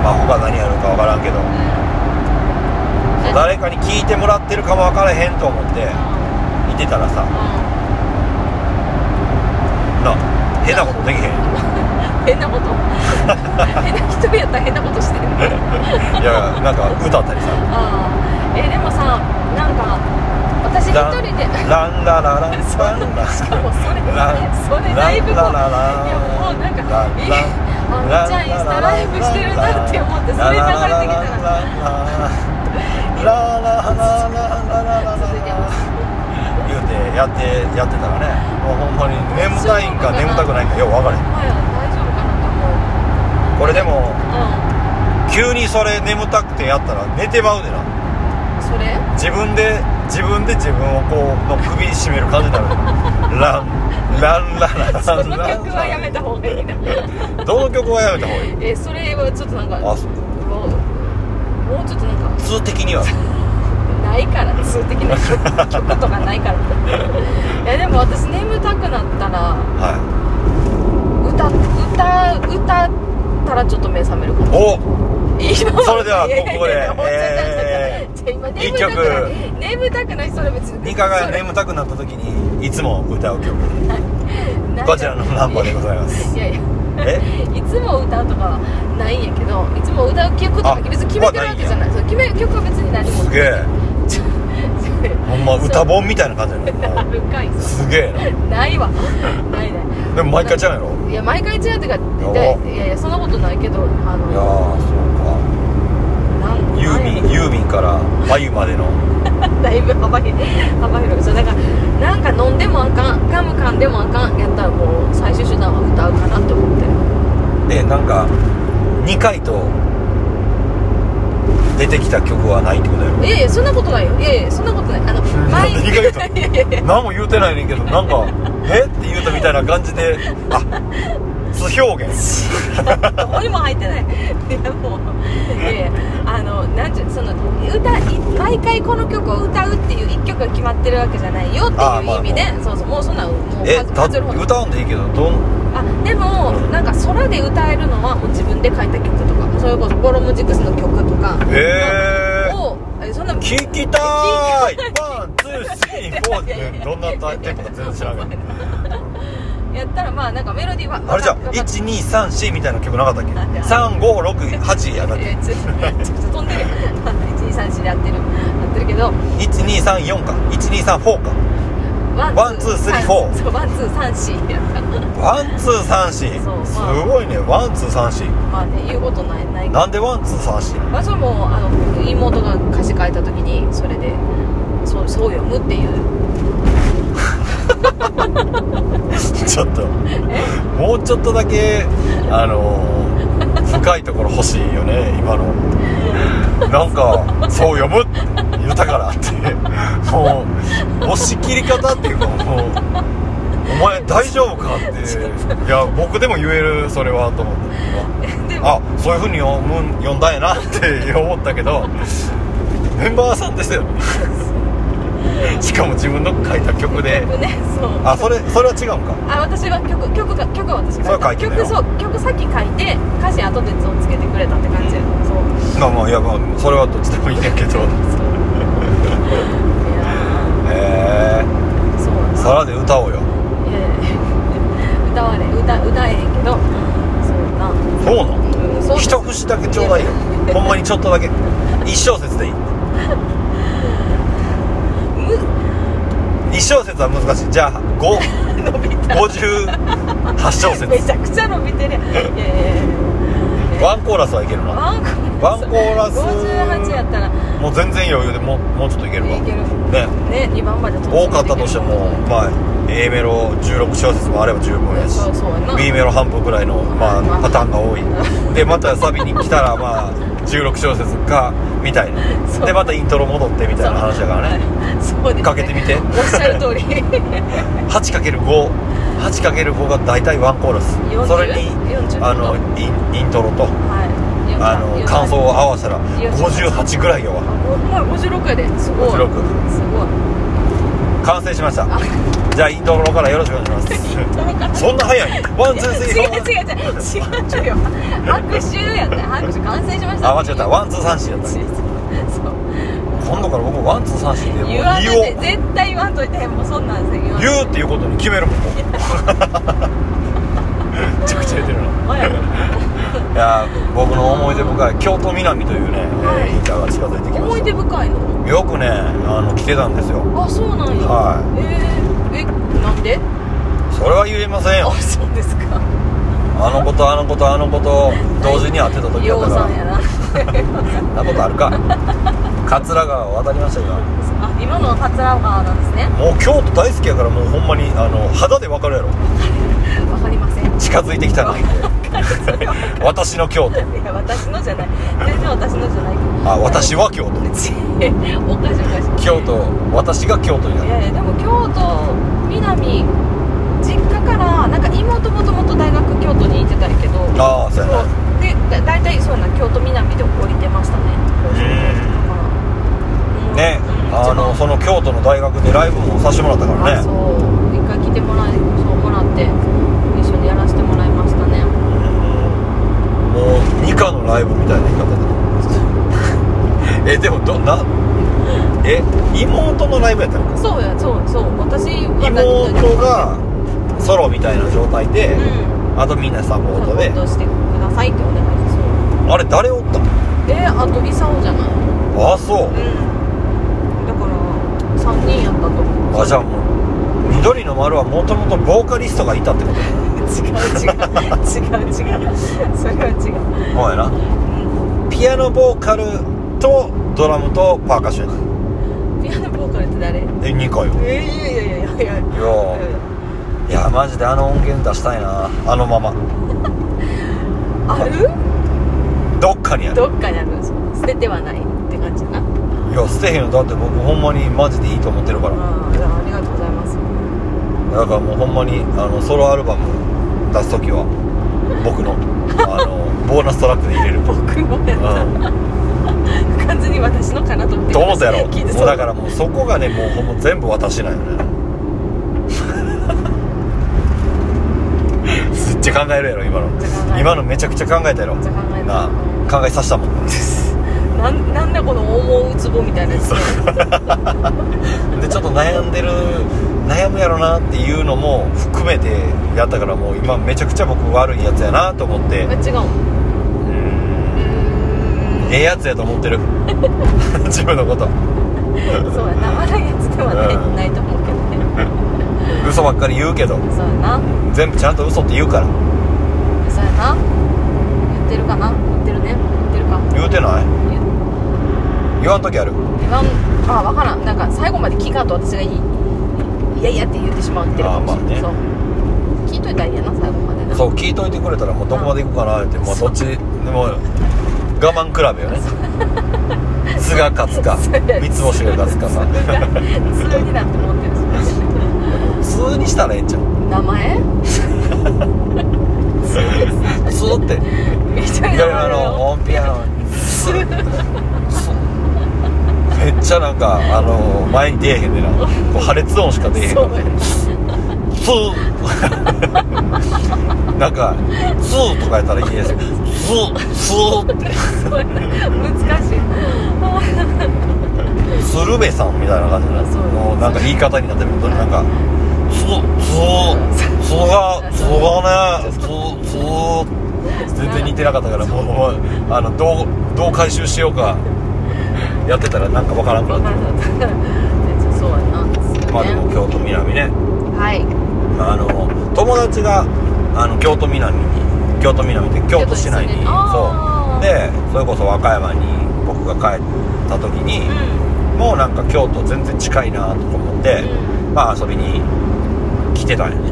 [SPEAKER 1] まあ、他何やるか分からんけど
[SPEAKER 2] うん
[SPEAKER 1] 誰かに聞いてもらってるかも分からへんと思って見
[SPEAKER 2] うん
[SPEAKER 1] てたらさ
[SPEAKER 2] う
[SPEAKER 1] な変なことできへん
[SPEAKER 2] ん変なこと変な人やったら変なことしてる
[SPEAKER 1] いやなんか歌ったり
[SPEAKER 2] [laughs]
[SPEAKER 1] さ
[SPEAKER 2] ああえでもさなんか私一
[SPEAKER 1] ラン
[SPEAKER 2] 人で
[SPEAKER 1] ランララランラン
[SPEAKER 2] そう
[SPEAKER 1] ランラ
[SPEAKER 2] しかもそれそれ
[SPEAKER 1] ン
[SPEAKER 2] だいぶこうい
[SPEAKER 1] ランララ
[SPEAKER 2] やもうなんか
[SPEAKER 1] ラン
[SPEAKER 2] いい
[SPEAKER 1] ラン
[SPEAKER 2] あんちゃんインスタライブしてるなって思ってそれ流れてきたら
[SPEAKER 1] ララララララララララ言うてやってやってたらねもうほんまに眠たいんか眠たくないんかよう分からへん
[SPEAKER 2] お前ら大丈夫かなと思
[SPEAKER 1] これでも
[SPEAKER 2] う
[SPEAKER 1] 急にそれ眠たくてやったら寝てまうでな
[SPEAKER 2] うんそれ
[SPEAKER 1] 自分で自分で自分をこうの首絞める感じになるランランランランラン
[SPEAKER 2] その曲はやめた
[SPEAKER 1] 方
[SPEAKER 2] 方がいいな
[SPEAKER 1] がどの曲はやめた方がいい
[SPEAKER 2] えそれはちょっとなんか
[SPEAKER 1] あそう
[SPEAKER 2] もうもうちょっとなんか
[SPEAKER 1] 通的には
[SPEAKER 2] ないから通的な曲曲とかないから [laughs] いやでも私眠たくなったら
[SPEAKER 1] は
[SPEAKER 2] 歌歌歌ったらちょっと目覚めるか
[SPEAKER 1] お
[SPEAKER 2] も今も
[SPEAKER 1] それではここで
[SPEAKER 2] いやいやいや本当に
[SPEAKER 1] え
[SPEAKER 2] じゃあ今
[SPEAKER 1] 一
[SPEAKER 2] 眠た
[SPEAKER 1] 曲
[SPEAKER 2] くない眠たくないそれ別に
[SPEAKER 1] ニカが
[SPEAKER 2] そ
[SPEAKER 1] 眠たくなった時にいつも歌う曲
[SPEAKER 2] れない
[SPEAKER 1] こちらのナンバーでございます
[SPEAKER 2] いやいや
[SPEAKER 1] え
[SPEAKER 2] いつも歌うとかはないんやけどいつも歌う曲とか別に決めてるわけじゃないそう決め曲は別に何
[SPEAKER 1] [laughs]
[SPEAKER 2] も
[SPEAKER 1] すげえ
[SPEAKER 2] ちょちょ
[SPEAKER 1] ほんま歌本みたいな感じや
[SPEAKER 2] あ
[SPEAKER 1] な
[SPEAKER 2] るかいそ
[SPEAKER 1] すげえな
[SPEAKER 2] うないわないない
[SPEAKER 1] でも毎回ちゃうやろ
[SPEAKER 2] いや毎回違うってか
[SPEAKER 1] や
[SPEAKER 2] でいやいやそんなことないけどあの
[SPEAKER 1] いやーそう
[SPEAKER 2] なん
[SPEAKER 1] かユーミンユーミンからあゆまでの
[SPEAKER 2] なんだいぶ幅広い幅広いそうだからなんか飲んでもあかんガム噛んでもあかんやったらもう最終手段は歌うかなって思ってる
[SPEAKER 1] でなんか2回と出てきた曲はないってことやろ
[SPEAKER 2] いやいやそんなことないよいやいやそんなことないあの
[SPEAKER 1] なんで意外
[SPEAKER 2] いやいやいや
[SPEAKER 1] と何も言うてないねんけどなん
[SPEAKER 2] [laughs]
[SPEAKER 1] か「えっ?」て言うたみたいな感じであ素表現
[SPEAKER 2] どこにも入ってないいやもういやいやあのなんちゅうその歌い毎回この曲を歌うっていう一曲が決まってるわけじゃないよって
[SPEAKER 1] あ
[SPEAKER 2] い
[SPEAKER 1] ま
[SPEAKER 2] う
[SPEAKER 1] あ
[SPEAKER 2] 意味でそうそうもうそんなんもう
[SPEAKER 1] えだ
[SPEAKER 2] 数えるほど
[SPEAKER 1] 歌うんでいいけどどん
[SPEAKER 2] あでもなんか空で歌えるのはもう自分で書いた曲とかそれこそボロムジクスの曲とか
[SPEAKER 1] えー
[SPEAKER 2] をえそんな
[SPEAKER 1] 聞きたーいワンツースリーフォーっ
[SPEAKER 2] いやい
[SPEAKER 1] [laughs] て
[SPEAKER 2] や
[SPEAKER 1] どんなテンポか全然知らない [laughs]
[SPEAKER 2] やったらまあなんかメロディーは
[SPEAKER 1] あれじゃん
[SPEAKER 2] わかっ
[SPEAKER 1] 1234みたいな曲なかったっけ
[SPEAKER 2] なんで
[SPEAKER 1] 3568やだっ [laughs]
[SPEAKER 2] い
[SPEAKER 1] て
[SPEAKER 2] やちょちょっと飛んでるよ123でやってるやってるけど
[SPEAKER 1] 1234か1234かワ
[SPEAKER 2] ワ
[SPEAKER 1] ンツースリーフォー
[SPEAKER 2] そうワンツー三四やった
[SPEAKER 1] ワンツー三四
[SPEAKER 2] そう
[SPEAKER 1] すごいねワンツー三四
[SPEAKER 2] まあね言うことないない
[SPEAKER 1] なんでワンツー三四
[SPEAKER 2] まあそれもあの妹が歌詞書いた時にそれでそうそう読むっていう
[SPEAKER 1] [laughs] ちょっともうちょっとだけあのー深いところ欲しいよね今のなんかそう呼ぶって言ったからってもう押し切り方っていうかもうお前大丈夫かっていや僕でも言えるそれはと思って
[SPEAKER 2] でも
[SPEAKER 1] あそういうふうに読む読んだんやなって思ったけどメンバーさんですよしかも自分の書いた曲で
[SPEAKER 2] 曲ねそう
[SPEAKER 1] あそれそれは違うんか
[SPEAKER 2] あ私は曲曲が曲は私が
[SPEAKER 1] それは書いてんだよ
[SPEAKER 2] 曲そう曲先書いて歌詞後でつをつけてくれたって感じ、
[SPEAKER 1] [laughs]
[SPEAKER 2] そう
[SPEAKER 1] まあまあいやまあそれはどっちでもいいんやけど
[SPEAKER 2] いや
[SPEAKER 1] へえ
[SPEAKER 2] ーそうなんだ
[SPEAKER 1] 皿で歌おうよ
[SPEAKER 2] いやいやいや歌われ歌歌えへんけどそうな
[SPEAKER 1] そうなの
[SPEAKER 2] うんそう
[SPEAKER 1] 一節だけちょうだいよほんまにちょっとだけ一小節でいい
[SPEAKER 2] む
[SPEAKER 1] 一小節は難しいじゃあ5
[SPEAKER 2] 伸びた
[SPEAKER 1] 58小
[SPEAKER 2] め
[SPEAKER 1] 節
[SPEAKER 2] ちゃくちゃ伸びてるやんいやいやいやいや
[SPEAKER 1] ワンコーラスはいけるな
[SPEAKER 2] ワンコーラ
[SPEAKER 1] ワン
[SPEAKER 2] ス
[SPEAKER 1] コーラス
[SPEAKER 2] 58やったら
[SPEAKER 1] もう全然余裕でもうもうちょっといけるわ
[SPEAKER 2] いける
[SPEAKER 1] ね
[SPEAKER 2] ね2番まで
[SPEAKER 1] 多かったとしてもまあ A メロ16小節もあれば十分やし
[SPEAKER 2] そうそうやな
[SPEAKER 1] B メロ半分ぐらいの、まあ、パターンが多いでまたサビに来たらまあ16小節かみたい
[SPEAKER 2] そ
[SPEAKER 1] な
[SPEAKER 2] う
[SPEAKER 1] でまたイントロ戻ってみたいな話だからね
[SPEAKER 2] そうですね
[SPEAKER 1] かけてみて
[SPEAKER 2] おっしゃる通り
[SPEAKER 1] 8×58×5 が大体ワンコーラス
[SPEAKER 2] 40
[SPEAKER 1] それに
[SPEAKER 2] 40
[SPEAKER 1] あのインイントロと
[SPEAKER 2] はい
[SPEAKER 1] [laughs] あの感想を合わせたら58ぐらいよ
[SPEAKER 2] あほんまや56やですごい
[SPEAKER 1] 56
[SPEAKER 2] すごい
[SPEAKER 1] 完成しました
[SPEAKER 2] あ
[SPEAKER 1] じゃあイントロからよろしくお願いします
[SPEAKER 2] 届かない
[SPEAKER 1] そんな早いワンツースリー
[SPEAKER 2] 違う違う違う違うよ拍手やった拍手完成しました
[SPEAKER 1] あ間違ったワンツー三四やった
[SPEAKER 2] そう
[SPEAKER 1] 今度から僕ワンツー三四でもう
[SPEAKER 2] 言わんと
[SPEAKER 1] 言お
[SPEAKER 2] いて
[SPEAKER 1] う
[SPEAKER 2] 絶対言わんといてもうそんなんせ言わんといて
[SPEAKER 1] 言うっていうことに決めるもんもうめちゃくちゃ言ってるな
[SPEAKER 2] ほんまや
[SPEAKER 1] いやー僕の思い出深い京都南というね、
[SPEAKER 2] はい
[SPEAKER 1] えー、インターが近づいてきま
[SPEAKER 2] 思い
[SPEAKER 1] し
[SPEAKER 2] 出深いの
[SPEAKER 1] たよくねあの来てたんですよ
[SPEAKER 2] あそうなんや、
[SPEAKER 1] は
[SPEAKER 2] えー、えなんで
[SPEAKER 1] それは言えませんよ
[SPEAKER 2] あそうですか
[SPEAKER 1] あの子とあの子とあの子と同時に会ってた時だ
[SPEAKER 2] よ
[SPEAKER 1] った
[SPEAKER 2] う
[SPEAKER 1] か
[SPEAKER 2] さんやな [laughs]
[SPEAKER 1] らなことあるか桂川を渡りました今
[SPEAKER 2] あ今のは桂川なんですね
[SPEAKER 1] もう京都大好きやからもうほんまにあの肌でわかるやろ
[SPEAKER 2] わかりません
[SPEAKER 1] 近づいてきたなって私の京都
[SPEAKER 2] いや私のじゃない全然私のじゃないけど
[SPEAKER 1] あ私は京都
[SPEAKER 2] 違うおかしいおかしい
[SPEAKER 1] 京都私が京都に
[SPEAKER 2] [laughs] い
[SPEAKER 1] なる
[SPEAKER 2] やいやでも京都南実家からなんか妹もともと大学京都に行ってたんやけど
[SPEAKER 1] ああそうやね
[SPEAKER 2] そうでだ大体そうやな京都南で降りてましたねうん
[SPEAKER 1] ね
[SPEAKER 2] うん
[SPEAKER 1] あの
[SPEAKER 2] 一番
[SPEAKER 1] その京都の大学でライブもさせてもらったか
[SPEAKER 2] あ
[SPEAKER 1] ら
[SPEAKER 2] そ
[SPEAKER 1] ね
[SPEAKER 2] う一回来てもらいそうもらって一緒にやらせてもらいましたね
[SPEAKER 1] うんもう二課のライブ [laughs] なえ妹のライブやったのか
[SPEAKER 2] そうやそうそう私は
[SPEAKER 1] 妹がソロみたいな状態で、
[SPEAKER 2] うん
[SPEAKER 1] あとみんなサポート
[SPEAKER 2] サポ
[SPEAKER 1] で
[SPEAKER 2] ートしてくださいってお願いしま
[SPEAKER 1] あれ誰おったの
[SPEAKER 2] すえあとイサオじゃない
[SPEAKER 1] あそう
[SPEAKER 2] う、んだから3人やったと思う
[SPEAKER 1] あじゃあもう緑の丸はもともとボーカリストがいたってこと
[SPEAKER 2] 違う違う違う違う違う [laughs] それは違う
[SPEAKER 1] そうやなピアノボーカルとドラムとパーカッションやな
[SPEAKER 2] ピアノボーカルって誰
[SPEAKER 1] え2個よ
[SPEAKER 2] えいやいやいやいやいや
[SPEAKER 1] いやいやマジであの音源出したいなあのまま
[SPEAKER 2] ある
[SPEAKER 1] どっかにある
[SPEAKER 2] どっかにある捨ててはないって感じかな
[SPEAKER 1] ないや捨てへんよだって僕ほんまにマジでいいと思ってるから
[SPEAKER 2] ああじゃあありがとうございます
[SPEAKER 1] だからもうほんまにあのソロアルバム出す時は僕のあのボーナストラックで入れる
[SPEAKER 2] 僕のや
[SPEAKER 1] う
[SPEAKER 2] つ完全に私のかなと思っ
[SPEAKER 1] ん
[SPEAKER 2] て
[SPEAKER 1] どうだろう
[SPEAKER 2] 聞いて
[SPEAKER 1] もうだからもうそこがねもうほんま全部私なんよね
[SPEAKER 2] [laughs]
[SPEAKER 1] めっちゃ考えるやろ今の
[SPEAKER 2] めっちゃ考える
[SPEAKER 1] 今のめちゃくちゃ考えたやろ
[SPEAKER 2] めっちゃ考えた
[SPEAKER 1] なあ考えさせたもん
[SPEAKER 2] なんなんだこの思うつぼみたいなやつ
[SPEAKER 1] でちょっと悩んでる悩むやろなっていうのも含めてやったからもう今めちゃくちゃ僕悪いやつやなと思って
[SPEAKER 2] え違うの
[SPEAKER 1] うん
[SPEAKER 2] うーん
[SPEAKER 1] ええやつやと思ってる [laughs] 自分のこと
[SPEAKER 2] そうやな悪いやつではない,、
[SPEAKER 1] うん
[SPEAKER 2] ないと思うけどね
[SPEAKER 1] 嘘ばっかり言うけど
[SPEAKER 2] そうやな
[SPEAKER 1] 全部ちゃんと嘘って言うから
[SPEAKER 2] そうやな言ってるかな言ってるね言ってるか
[SPEAKER 1] 言うてない
[SPEAKER 2] 言う
[SPEAKER 1] 言わん時ある
[SPEAKER 2] 言わんあ分からんなんか最後まで聞かんと私がいいいやいやって言ってしまうってるかもし
[SPEAKER 1] あ
[SPEAKER 2] れない、
[SPEAKER 1] ーま
[SPEAKER 2] そう聞いといたらいいやな最後までな
[SPEAKER 1] そう聞いといてくれたらもうどこまで行くかなってもうどっちでも我慢比べよね酢が勝つか
[SPEAKER 2] [laughs] そうや
[SPEAKER 1] 三つ星が勝つかさ
[SPEAKER 2] 普通になって思ってる
[SPEAKER 1] 普通にしたらええんちゃう
[SPEAKER 2] 名前
[SPEAKER 1] 普通って
[SPEAKER 2] みたい
[SPEAKER 1] いや
[SPEAKER 2] な
[SPEAKER 1] いやあのオンピアノスッスッめっちゃなんかあの前に出えへんでなこう破裂音しか出えへん
[SPEAKER 2] そうや
[SPEAKER 1] ツーなんか「ツー」とかやったらいいですよ「ツー」「ツー」って
[SPEAKER 2] そうやな難しいあ
[SPEAKER 1] 鶴瓶さんみたいな感じなんです
[SPEAKER 2] そう
[SPEAKER 1] もうなんか言い方になってるとなんか「ツー」「ツー」「ツーが」「ツーがね」「ツー」「ツー」全然似てなかったからもうもうあのどうどう回収しようかやってたらなんかわからんくな
[SPEAKER 2] 分
[SPEAKER 1] って
[SPEAKER 2] からなかったそうやな
[SPEAKER 1] まあでも
[SPEAKER 2] そう
[SPEAKER 1] 京都南ね
[SPEAKER 2] ねはい
[SPEAKER 1] あの友達があの京都南に京都南って京都市内に
[SPEAKER 2] 京都ですねあー
[SPEAKER 1] そうでそれこそ和歌山に僕が帰った時に、もうなんか京都全然近いなとか思って、まあ遊びに来てたんよね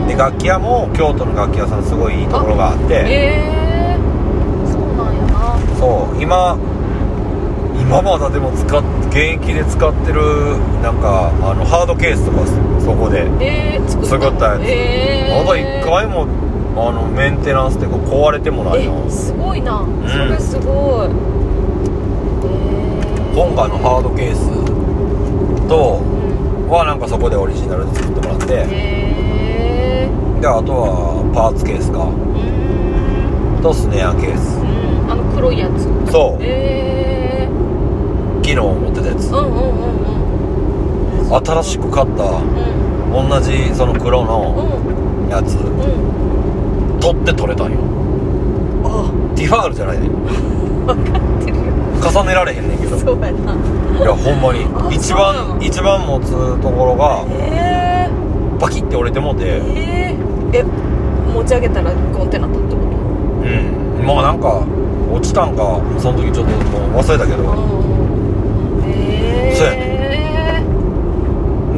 [SPEAKER 2] うん
[SPEAKER 1] で楽器屋も京都の楽器屋さんすごいいいところがあって
[SPEAKER 2] ええそうなんやな
[SPEAKER 1] そう今今まだでも使っ現役で使ってるなんかあのハードケースとかそこで
[SPEAKER 2] ええ作った
[SPEAKER 1] 作ったやつ
[SPEAKER 2] ええ
[SPEAKER 1] まだ一回もあのメンテナンスっていうか壊れてもないの
[SPEAKER 2] えすごいな、
[SPEAKER 1] ん
[SPEAKER 2] それすごいええ
[SPEAKER 1] 今回のハードケースと
[SPEAKER 2] うん
[SPEAKER 1] はなんかそこでオリジナルで作ってもらって
[SPEAKER 2] ええ
[SPEAKER 1] であとはパーツケースか
[SPEAKER 2] うん
[SPEAKER 1] とスネアケース
[SPEAKER 2] うんあの黒いやつ
[SPEAKER 1] そう
[SPEAKER 2] ええ
[SPEAKER 1] 昨日持ってたやつ
[SPEAKER 2] うんうんうん
[SPEAKER 1] 新しく買った
[SPEAKER 2] うん
[SPEAKER 1] 同じその黒
[SPEAKER 2] う
[SPEAKER 1] の
[SPEAKER 2] んうん
[SPEAKER 1] やつ
[SPEAKER 2] うん
[SPEAKER 1] 取って取れたんよ
[SPEAKER 2] あ
[SPEAKER 1] ディファールじゃないね
[SPEAKER 2] 分かってるよ
[SPEAKER 1] 重ねられへんねんけ
[SPEAKER 2] [laughs]
[SPEAKER 1] ど
[SPEAKER 2] そうやない
[SPEAKER 1] やほんまに
[SPEAKER 2] あ
[SPEAKER 1] 一
[SPEAKER 2] そうな
[SPEAKER 1] 番
[SPEAKER 2] の
[SPEAKER 1] 一番持つところが
[SPEAKER 2] ええ
[SPEAKER 1] バキって折れてもうて
[SPEAKER 2] えー、え持ち上げたらゴンってなったってこと
[SPEAKER 1] うんまあなんか落ちたんかその時ちょっともう忘れたけど
[SPEAKER 2] え
[SPEAKER 1] そうや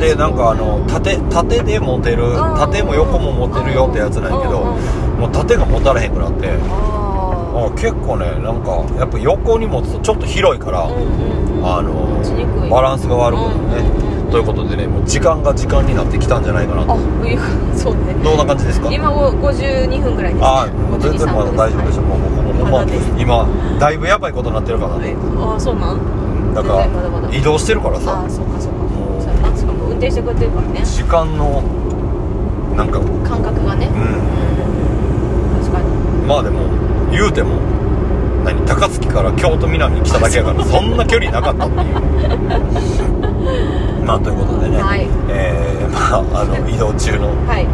[SPEAKER 1] でなんかあの縦縦で持てる縦も横も持てるよってやつなんやけどもう縦が持たれへんくなって
[SPEAKER 2] あ
[SPEAKER 1] あ結構ねなんかやっぱ横に持つとちょっと広いから、あの
[SPEAKER 2] 持ちにくい
[SPEAKER 1] バランスが悪くなるね、
[SPEAKER 2] うんうんうん
[SPEAKER 1] ということでねもう時間が時間になってきたんじゃないかな
[SPEAKER 2] あ
[SPEAKER 1] と
[SPEAKER 2] あそうね
[SPEAKER 1] どんな感じですか
[SPEAKER 2] 今ご52分ぐらいです、ね、
[SPEAKER 1] あもう全然まだ大丈夫でしょ
[SPEAKER 2] ょ
[SPEAKER 1] もうもうもうほん
[SPEAKER 2] まだです
[SPEAKER 1] ま今だいぶやばいことになってるからね
[SPEAKER 2] ああそうなん
[SPEAKER 1] だ
[SPEAKER 2] 全然まだま
[SPEAKER 1] か
[SPEAKER 2] だ
[SPEAKER 1] ら移動してるから
[SPEAKER 2] あ
[SPEAKER 1] さ
[SPEAKER 2] あそうかそうかそうやなしかも運転してくれてるからね
[SPEAKER 1] 時間のなんかうん
[SPEAKER 2] 感覚がねうん確かに
[SPEAKER 1] まあでも言うても何高高槻から京都南に来ただけや
[SPEAKER 2] [laughs]
[SPEAKER 1] からそんな距離なかったっていうまあということでね、
[SPEAKER 2] はい
[SPEAKER 1] えーまああの移動中の
[SPEAKER 2] はい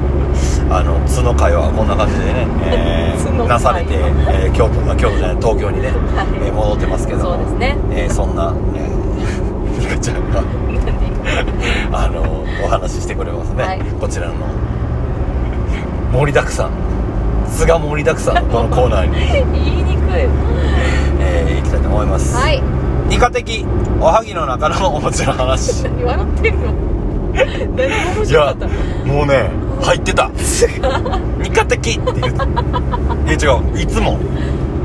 [SPEAKER 1] あの角会はこんな感じでね、え
[SPEAKER 2] 角
[SPEAKER 1] ー、
[SPEAKER 2] 会
[SPEAKER 1] なされて、えー京都が京都じゃない東京にね、
[SPEAKER 2] はい
[SPEAKER 1] えー戻ってますけど
[SPEAKER 2] そうですね
[SPEAKER 1] えーそんな、 [laughs] えー、ゆかちゃんが
[SPEAKER 2] [laughs]
[SPEAKER 1] あのお話ししてくれますね、
[SPEAKER 2] はい
[SPEAKER 1] こちらの盛りだくさん素が盛りだくさんのこのコーナー
[SPEAKER 2] [laughs]
[SPEAKER 1] に、
[SPEAKER 2] 言いにくい
[SPEAKER 1] えー行きたいと思います、
[SPEAKER 2] はい
[SPEAKER 1] イカ的おはぎの中のお餅の
[SPEAKER 2] [laughs]
[SPEAKER 1] 話
[SPEAKER 2] 笑ってるよ誰も面
[SPEAKER 1] い
[SPEAKER 2] 白か
[SPEAKER 1] や
[SPEAKER 2] った
[SPEAKER 1] もうね入ってた「イカ的」って言うといや違ういつも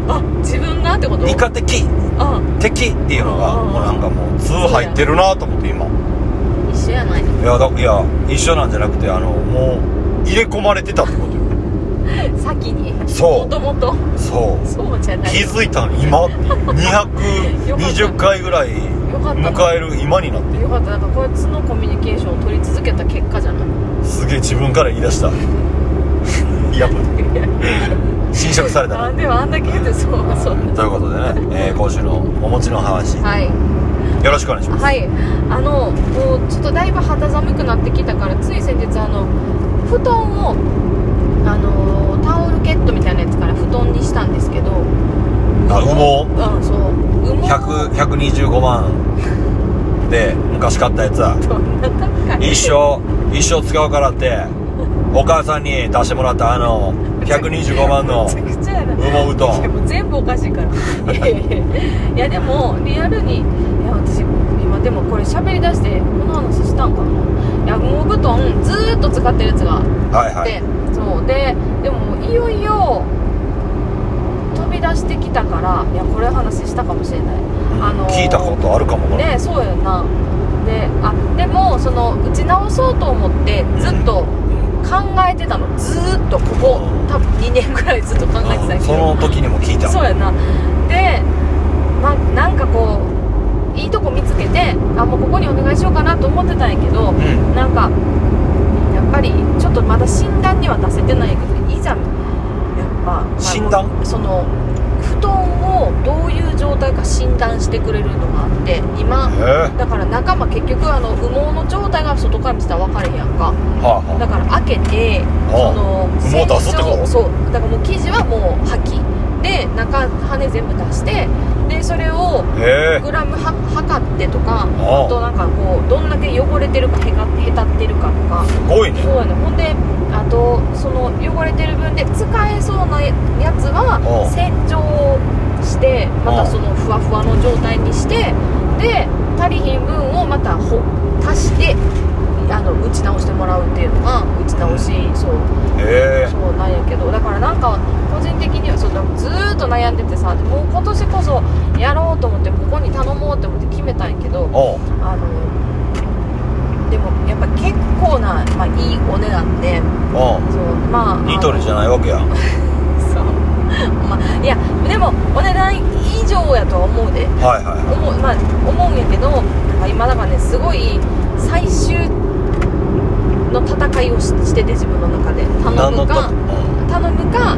[SPEAKER 2] あ自分がってこ
[SPEAKER 1] 「
[SPEAKER 2] と
[SPEAKER 1] イカ的」
[SPEAKER 2] あ
[SPEAKER 1] 敵っていうのが
[SPEAKER 2] うん
[SPEAKER 1] もうなんかもう通入ってるなと思って今
[SPEAKER 2] 一緒やない
[SPEAKER 1] いやだいや一緒なんじゃなくてあのもう入れ込まれてたってことよ
[SPEAKER 2] 先に
[SPEAKER 1] そ
[SPEAKER 2] もともと
[SPEAKER 1] うそう
[SPEAKER 2] そうじゃない
[SPEAKER 1] 気づいたの今220回ぐらい
[SPEAKER 2] よかったな
[SPEAKER 1] 迎える今になって
[SPEAKER 2] よかったなんかこいつのコミュニケーションを取り続けた結果じゃ [laughs] ない
[SPEAKER 1] すげえ自分から言い出したいや侵食された
[SPEAKER 2] な
[SPEAKER 1] なん
[SPEAKER 2] でもあんだけ言ってそうそう
[SPEAKER 1] ということでね、えー今週のお餅の話
[SPEAKER 2] はい
[SPEAKER 1] よろしくお願いします
[SPEAKER 2] はいあのもうちょっとだいぶ肌寒くなってきたからつい先日あの布団をあのタオルケットみたいなやつから布団にしたんですけど
[SPEAKER 1] あ羽
[SPEAKER 2] うんそう羽毛
[SPEAKER 1] 100 125万で昔買ったやつは
[SPEAKER 2] どんな高い
[SPEAKER 1] 一生一生使うからってお母さんに出してもらったあの125万の
[SPEAKER 2] めちゃくちゃやな
[SPEAKER 1] 羽毛布
[SPEAKER 2] いや
[SPEAKER 1] 団
[SPEAKER 2] もう全部おかしいか
[SPEAKER 1] [laughs]
[SPEAKER 2] らいやいやいやいやでもリアルにいや私今でもこれ喋り出してこの話したんかないや羽毛布団ずーっと使ってるやつが
[SPEAKER 1] はい
[SPEAKER 2] あっ
[SPEAKER 1] は
[SPEAKER 2] て、
[SPEAKER 1] い
[SPEAKER 2] そうででもいよいよ飛び出してきたからいやこれ話したかもしれないあの
[SPEAKER 1] 聞いたことあるかもこれ
[SPEAKER 2] ねそうやなであでもその打ち直そうと思ってずっと考えてたのずーっとここ多分2年ぐらいずっと考えてたんやけ
[SPEAKER 1] そ
[SPEAKER 2] ど
[SPEAKER 1] の時にも聞いた
[SPEAKER 2] そうやなでまなんかこういいとこ見つけてあもうここにお願いしようかなと思ってたんやけど
[SPEAKER 1] うん
[SPEAKER 2] なんかやっぱりちょっとまだ診断には出せてないけどいざやっぱ、まあ
[SPEAKER 1] 診断
[SPEAKER 2] その布団をどういう状態か診断してくれるのがあって今
[SPEAKER 1] えー
[SPEAKER 2] だから仲間結局あの羽毛の状態が外から見てたら分かれへんやんか
[SPEAKER 1] はあは
[SPEAKER 2] だから開けて
[SPEAKER 1] あ
[SPEAKER 2] その
[SPEAKER 1] 羽毛出すってこと
[SPEAKER 2] そうだからもう生地はもう破棄で中羽全部出してでそれを
[SPEAKER 1] あへえ
[SPEAKER 2] グラムは測ってとか
[SPEAKER 1] あ
[SPEAKER 2] あとなんかこうどんだけ汚れてるかへがへたってるかとか
[SPEAKER 1] すごいね
[SPEAKER 2] そうやねほんであとその汚れてる分で使えそうなやつは
[SPEAKER 1] おう
[SPEAKER 2] 洗浄して
[SPEAKER 1] お
[SPEAKER 2] また
[SPEAKER 1] う
[SPEAKER 2] そのふわふわの状態にしてで足りひん分をまたほ足してあの打ち直してもらうっていうのが打ち直しそう
[SPEAKER 1] へえ
[SPEAKER 2] そうなんやけどだからなんか個人的にはそうだずーっと悩んでてさでもう今年こそやろうと思ってここに頼もうと思って決めたんやけど
[SPEAKER 1] おう
[SPEAKER 2] あのでもやっぱ結構な、まあ、いいお値段で
[SPEAKER 1] おう
[SPEAKER 2] そうまあ
[SPEAKER 1] ニトリじゃ
[SPEAKER 2] ん
[SPEAKER 1] ないわけやへ
[SPEAKER 2] そう、まあ、いやでもお値段以上やとは思うで
[SPEAKER 1] はいはいは
[SPEAKER 2] 思う,、まあ、思うんやけどなんか今だからねすごい最終の戦いをししてて自分の中で
[SPEAKER 1] い何
[SPEAKER 2] 頼
[SPEAKER 1] の
[SPEAKER 2] む
[SPEAKER 1] た
[SPEAKER 2] か
[SPEAKER 1] うん
[SPEAKER 2] 頼むか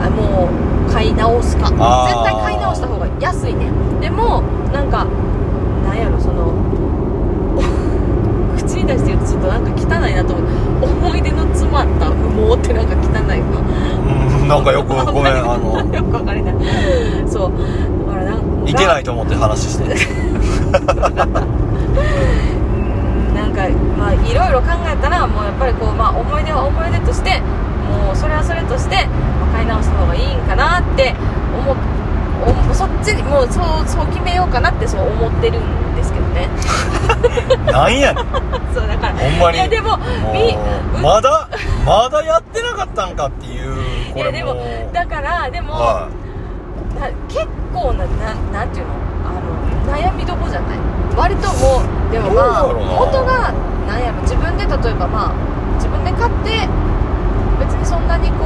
[SPEAKER 2] あもう買い直すか絶
[SPEAKER 1] あー
[SPEAKER 2] 対買い直した方が安いねでもなんかなんやろその [laughs] お口に出して言うとちょっとなんか汚いなと思う思い出の詰まった羽毛ってなんか汚いか
[SPEAKER 1] うんなんかよくごめんあの
[SPEAKER 2] [laughs] よくわかれないそうだからなん
[SPEAKER 1] いてないと思って話して
[SPEAKER 2] なんかまあいろいろ考えたらもうやっぱりこう、まあ、思い出は思い出としてもうそれはそれとして、まあ買い直した方がいいんかなって思っおそっちにもうそうそう決めようかなってそう思ってるんですけどね [laughs]
[SPEAKER 1] なんやねん
[SPEAKER 2] そうだから
[SPEAKER 1] ほんまに
[SPEAKER 2] いやでもみ
[SPEAKER 1] もうまだまだやってなかったんかっていう
[SPEAKER 2] い
[SPEAKER 1] これ
[SPEAKER 2] や
[SPEAKER 1] も
[SPEAKER 2] でもだからでも、
[SPEAKER 1] は
[SPEAKER 2] な結構なななんていうのあの悩みどこじゃない割ともうでもまあ
[SPEAKER 1] どうやろうな
[SPEAKER 2] 元がなんやろ自分で例えばまあ自分で買って別にそんなにこ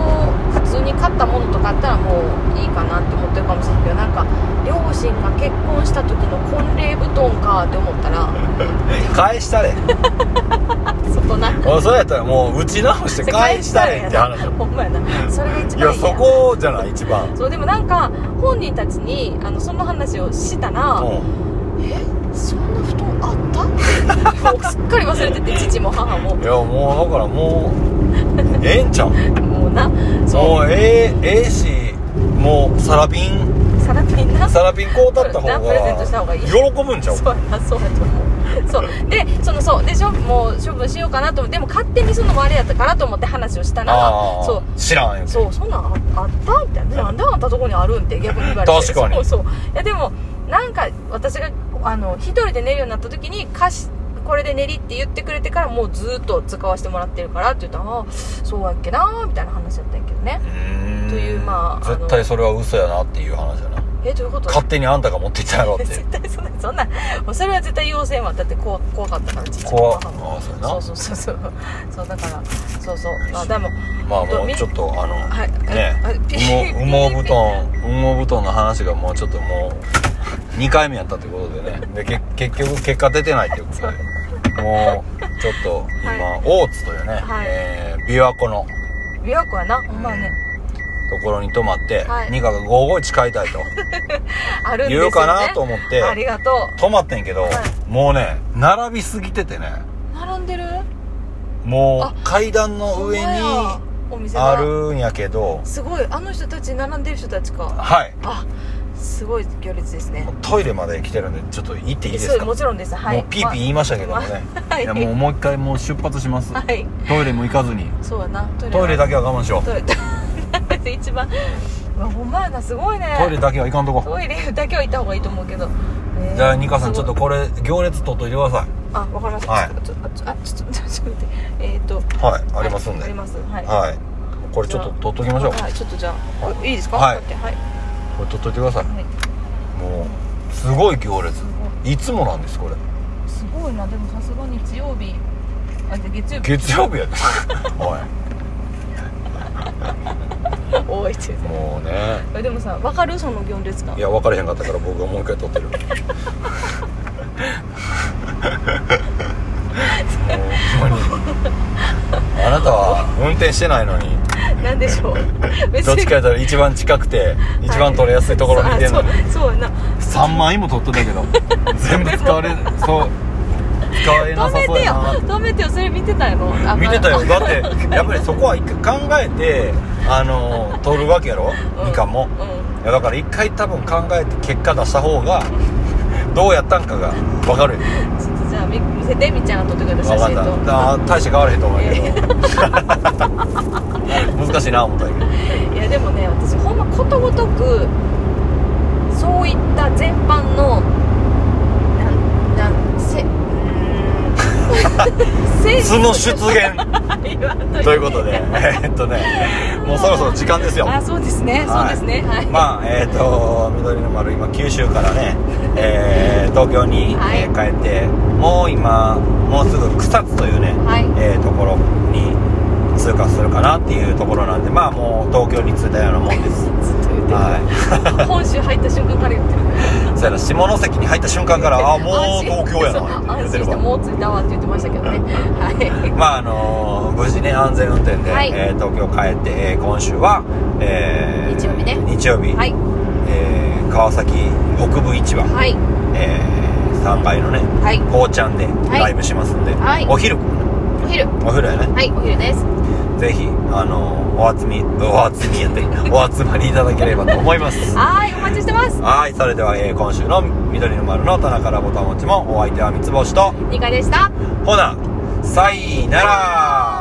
[SPEAKER 2] う普通に買ったものとかあったらもういいかなって思ってるかもしれないけどなんか両親が結婚した時の婚礼布団かって思ったら
[SPEAKER 1] い返したれ
[SPEAKER 2] そこな [laughs]
[SPEAKER 1] もうそれやったらもう打ち直して返したらいいって話
[SPEAKER 2] ほんまやなそれが一
[SPEAKER 1] い
[SPEAKER 2] 番
[SPEAKER 1] や
[SPEAKER 2] いい
[SPEAKER 1] そこじゃない一番
[SPEAKER 2] そうでもなんか本人たちにあのその話をしたら
[SPEAKER 1] う
[SPEAKER 2] えそんな布団あったってもうすっかり忘れてて父も母も
[SPEAKER 1] んいやもうだからもうええんちゃう
[SPEAKER 2] もうな
[SPEAKER 1] も
[SPEAKER 2] [laughs] そう
[SPEAKER 1] ええええしもうサラピン
[SPEAKER 2] うさらぴんな
[SPEAKER 1] サラピンこうだった方
[SPEAKER 2] なプレゼントした方
[SPEAKER 1] が
[SPEAKER 2] がいい
[SPEAKER 1] 喜ぶんちゃう
[SPEAKER 2] そうやなそうやと思うそうでそのそうでしょもう処分しようかなと思ってでも勝手にそのあれやったからと思って話をしたら
[SPEAKER 1] ああ
[SPEAKER 2] そう
[SPEAKER 1] 知らんよ
[SPEAKER 2] そうそんなんああったみたいななんであんたとこにあるんって逆に言われて
[SPEAKER 1] 確かに
[SPEAKER 2] そうそういやでもなんか私があの一人で寝るようになった時に貸しこれで寝りって言ってくれてからもうずっと使わせてもらってるからって言ったらあそうやっけなみたいな話だったんやけどね
[SPEAKER 1] うーん
[SPEAKER 2] というまああの
[SPEAKER 1] 絶対それは嘘やなっていう話だな
[SPEAKER 2] えどういうこと
[SPEAKER 1] 勝手にあんたが持っていったやろって
[SPEAKER 2] [laughs] 絶対そんなそんなもうそれは絶対要請はだって怖怖かったから父
[SPEAKER 1] 怖
[SPEAKER 2] も
[SPEAKER 1] っ
[SPEAKER 2] 母も
[SPEAKER 1] ああそうやな
[SPEAKER 2] そうそうそうそうそうだからそうそうまあでも
[SPEAKER 1] まあも
[SPEAKER 2] ど
[SPEAKER 1] う
[SPEAKER 2] み
[SPEAKER 1] ちょっとあの、
[SPEAKER 2] はい
[SPEAKER 1] ね
[SPEAKER 2] はいピ
[SPEAKER 1] 羽毛羽毛布団羽毛布団の話がもうちょっともう2回目やったってことでねでけ [laughs] 結局結果出てないっていうことでもうちょっと今、
[SPEAKER 2] は
[SPEAKER 1] 大津というね、
[SPEAKER 2] はい
[SPEAKER 1] えー琵琶湖の
[SPEAKER 2] 琵琶湖やなほんまはね
[SPEAKER 1] ところに泊まって、
[SPEAKER 2] はい
[SPEAKER 1] ニカが551買いたいと
[SPEAKER 2] あるんです
[SPEAKER 1] 言
[SPEAKER 2] よね
[SPEAKER 1] うかなと思って、
[SPEAKER 2] ありがと
[SPEAKER 1] 泊まってんけど、
[SPEAKER 2] はい
[SPEAKER 1] もうね並びすぎててね
[SPEAKER 2] う並んでる
[SPEAKER 1] も
[SPEAKER 2] あ
[SPEAKER 1] う階段の上に
[SPEAKER 2] ほんまやお店が
[SPEAKER 1] あるんやけど
[SPEAKER 2] すごいあの人たち並んでる人たちか
[SPEAKER 1] はい
[SPEAKER 2] あすごい行列ですね
[SPEAKER 1] もうトイレまで来てるんでちょっと行っていいです
[SPEAKER 2] そう
[SPEAKER 1] か
[SPEAKER 2] もちろんですはい
[SPEAKER 1] もうピーピー言いましたけどもね、
[SPEAKER 2] まあはい
[SPEAKER 1] いやもうもう一回もう出発します、
[SPEAKER 2] まあはい
[SPEAKER 1] トイレも行かずに
[SPEAKER 2] そうやなトイレ
[SPEAKER 1] トイレだけは我慢しよう
[SPEAKER 2] トイレ [laughs] だって一番うわほんまやなすごいね
[SPEAKER 1] トイレだけは行かんとこ
[SPEAKER 2] トイレだけは行った方がいいと思うけど、えー
[SPEAKER 1] じゃあニカさんち
[SPEAKER 2] す
[SPEAKER 1] ょっ
[SPEAKER 2] ご
[SPEAKER 1] と
[SPEAKER 2] い
[SPEAKER 1] これ行列取っといてくださ
[SPEAKER 2] あわかりました、
[SPEAKER 1] はい
[SPEAKER 2] ちょっとちょっとあちょっとちょっとちょっと待ってえっ、ー、と
[SPEAKER 1] いはいありますんで
[SPEAKER 2] ありますはい、
[SPEAKER 1] はいこれちょっと取っときましょう
[SPEAKER 2] はいちょっとじゃあ、
[SPEAKER 1] はい
[SPEAKER 2] い、いですか
[SPEAKER 1] はい
[SPEAKER 2] こうやってはい、
[SPEAKER 1] これ取っといてください
[SPEAKER 2] はい
[SPEAKER 1] もうすごい行列いつもなんですこれ
[SPEAKER 2] すごいなでもさすがに日曜日あじゃあ月曜日
[SPEAKER 1] 月曜日
[SPEAKER 2] [laughs]
[SPEAKER 1] やでおい
[SPEAKER 2] [laughs] 多いって
[SPEAKER 1] もうね
[SPEAKER 2] でもさ分かるその行列感
[SPEAKER 1] いや分からへんかったから僕がもう一回撮ってるもうほんまにあなたは運転してないのに
[SPEAKER 2] なんでしょ
[SPEAKER 1] [laughs]
[SPEAKER 2] う別
[SPEAKER 1] どっちかやったら一番近くて一番撮れやすいところ見てんのに
[SPEAKER 2] [laughs] そうあそうそうやな
[SPEAKER 1] 3枚も撮ってたけど全部使われそう使われな
[SPEAKER 2] 止
[SPEAKER 1] さ
[SPEAKER 2] め
[SPEAKER 1] そう
[SPEAKER 2] てよ
[SPEAKER 1] やな
[SPEAKER 2] 止めてよそれ見てたやろあ
[SPEAKER 1] 見てたよ
[SPEAKER 2] ま
[SPEAKER 1] だってやっぱりそこは一回考えてあの撮るわけやろ
[SPEAKER 2] あ
[SPEAKER 1] みかんも
[SPEAKER 2] うんう
[SPEAKER 1] い
[SPEAKER 2] ん
[SPEAKER 1] やだから一回多分考えて結果出した方が [laughs] どうやったんかが分かるよ
[SPEAKER 2] ちょっとじゃあみ見せてみっちゃんが撮ってくれた
[SPEAKER 1] 分
[SPEAKER 2] 写
[SPEAKER 1] かっ
[SPEAKER 2] 真と
[SPEAKER 1] たあ大して変わらへんと思うけど [laughs] 難しいな思ったけど
[SPEAKER 2] いやでもね私ほんまことごとくそういった全般のなんなん [laughs] せ
[SPEAKER 1] [laughs]
[SPEAKER 2] うーん
[SPEAKER 1] 素の出現
[SPEAKER 2] 現
[SPEAKER 1] ということ
[SPEAKER 2] [laughs]
[SPEAKER 1] でえっとねもうそろそろ時間ですよ
[SPEAKER 2] あそうですね、
[SPEAKER 1] はい
[SPEAKER 2] そうですねはい、
[SPEAKER 1] まあえっ、と緑の丸今九州からね、えー東京に、
[SPEAKER 2] はい
[SPEAKER 1] えー帰ってもう今もうすぐ草津というね、
[SPEAKER 2] はい
[SPEAKER 1] えーところに通過するかなっていうところなんでまあもう東京に着いたようなもんです
[SPEAKER 2] ずっと言ってる、
[SPEAKER 1] は
[SPEAKER 2] [laughs] 本州入った瞬間から言ってる
[SPEAKER 1] いそうやな下関に入った瞬間からあもう
[SPEAKER 2] [laughs] 安心
[SPEAKER 1] 東京や
[SPEAKER 2] そう
[SPEAKER 1] な
[SPEAKER 2] 安
[SPEAKER 1] て
[SPEAKER 2] 心してもう着いたわって言ってましたけどねはい
[SPEAKER 1] まああのー無事ね安全運転で、
[SPEAKER 2] はい
[SPEAKER 1] えー東京帰って、えー今週は、えー
[SPEAKER 2] 日曜日ね
[SPEAKER 1] 日曜日、
[SPEAKER 2] はい
[SPEAKER 1] えー川崎北部市場、
[SPEAKER 2] はい
[SPEAKER 1] えー3階のね
[SPEAKER 2] はい
[SPEAKER 1] こうちゃんでライブしますんで、
[SPEAKER 2] はい
[SPEAKER 1] お昼
[SPEAKER 2] お昼
[SPEAKER 1] お昼やね
[SPEAKER 2] はいお昼です
[SPEAKER 1] ぜひあのお集みお集みやっ
[SPEAKER 2] [laughs]
[SPEAKER 1] てお集まりいただければと思います
[SPEAKER 2] はいお待ちしてます
[SPEAKER 1] はいそれでは、えー今週の「緑の丸の棚からぼたもちもお相手は三つ星と
[SPEAKER 2] ニカでした
[SPEAKER 1] ほなさいなら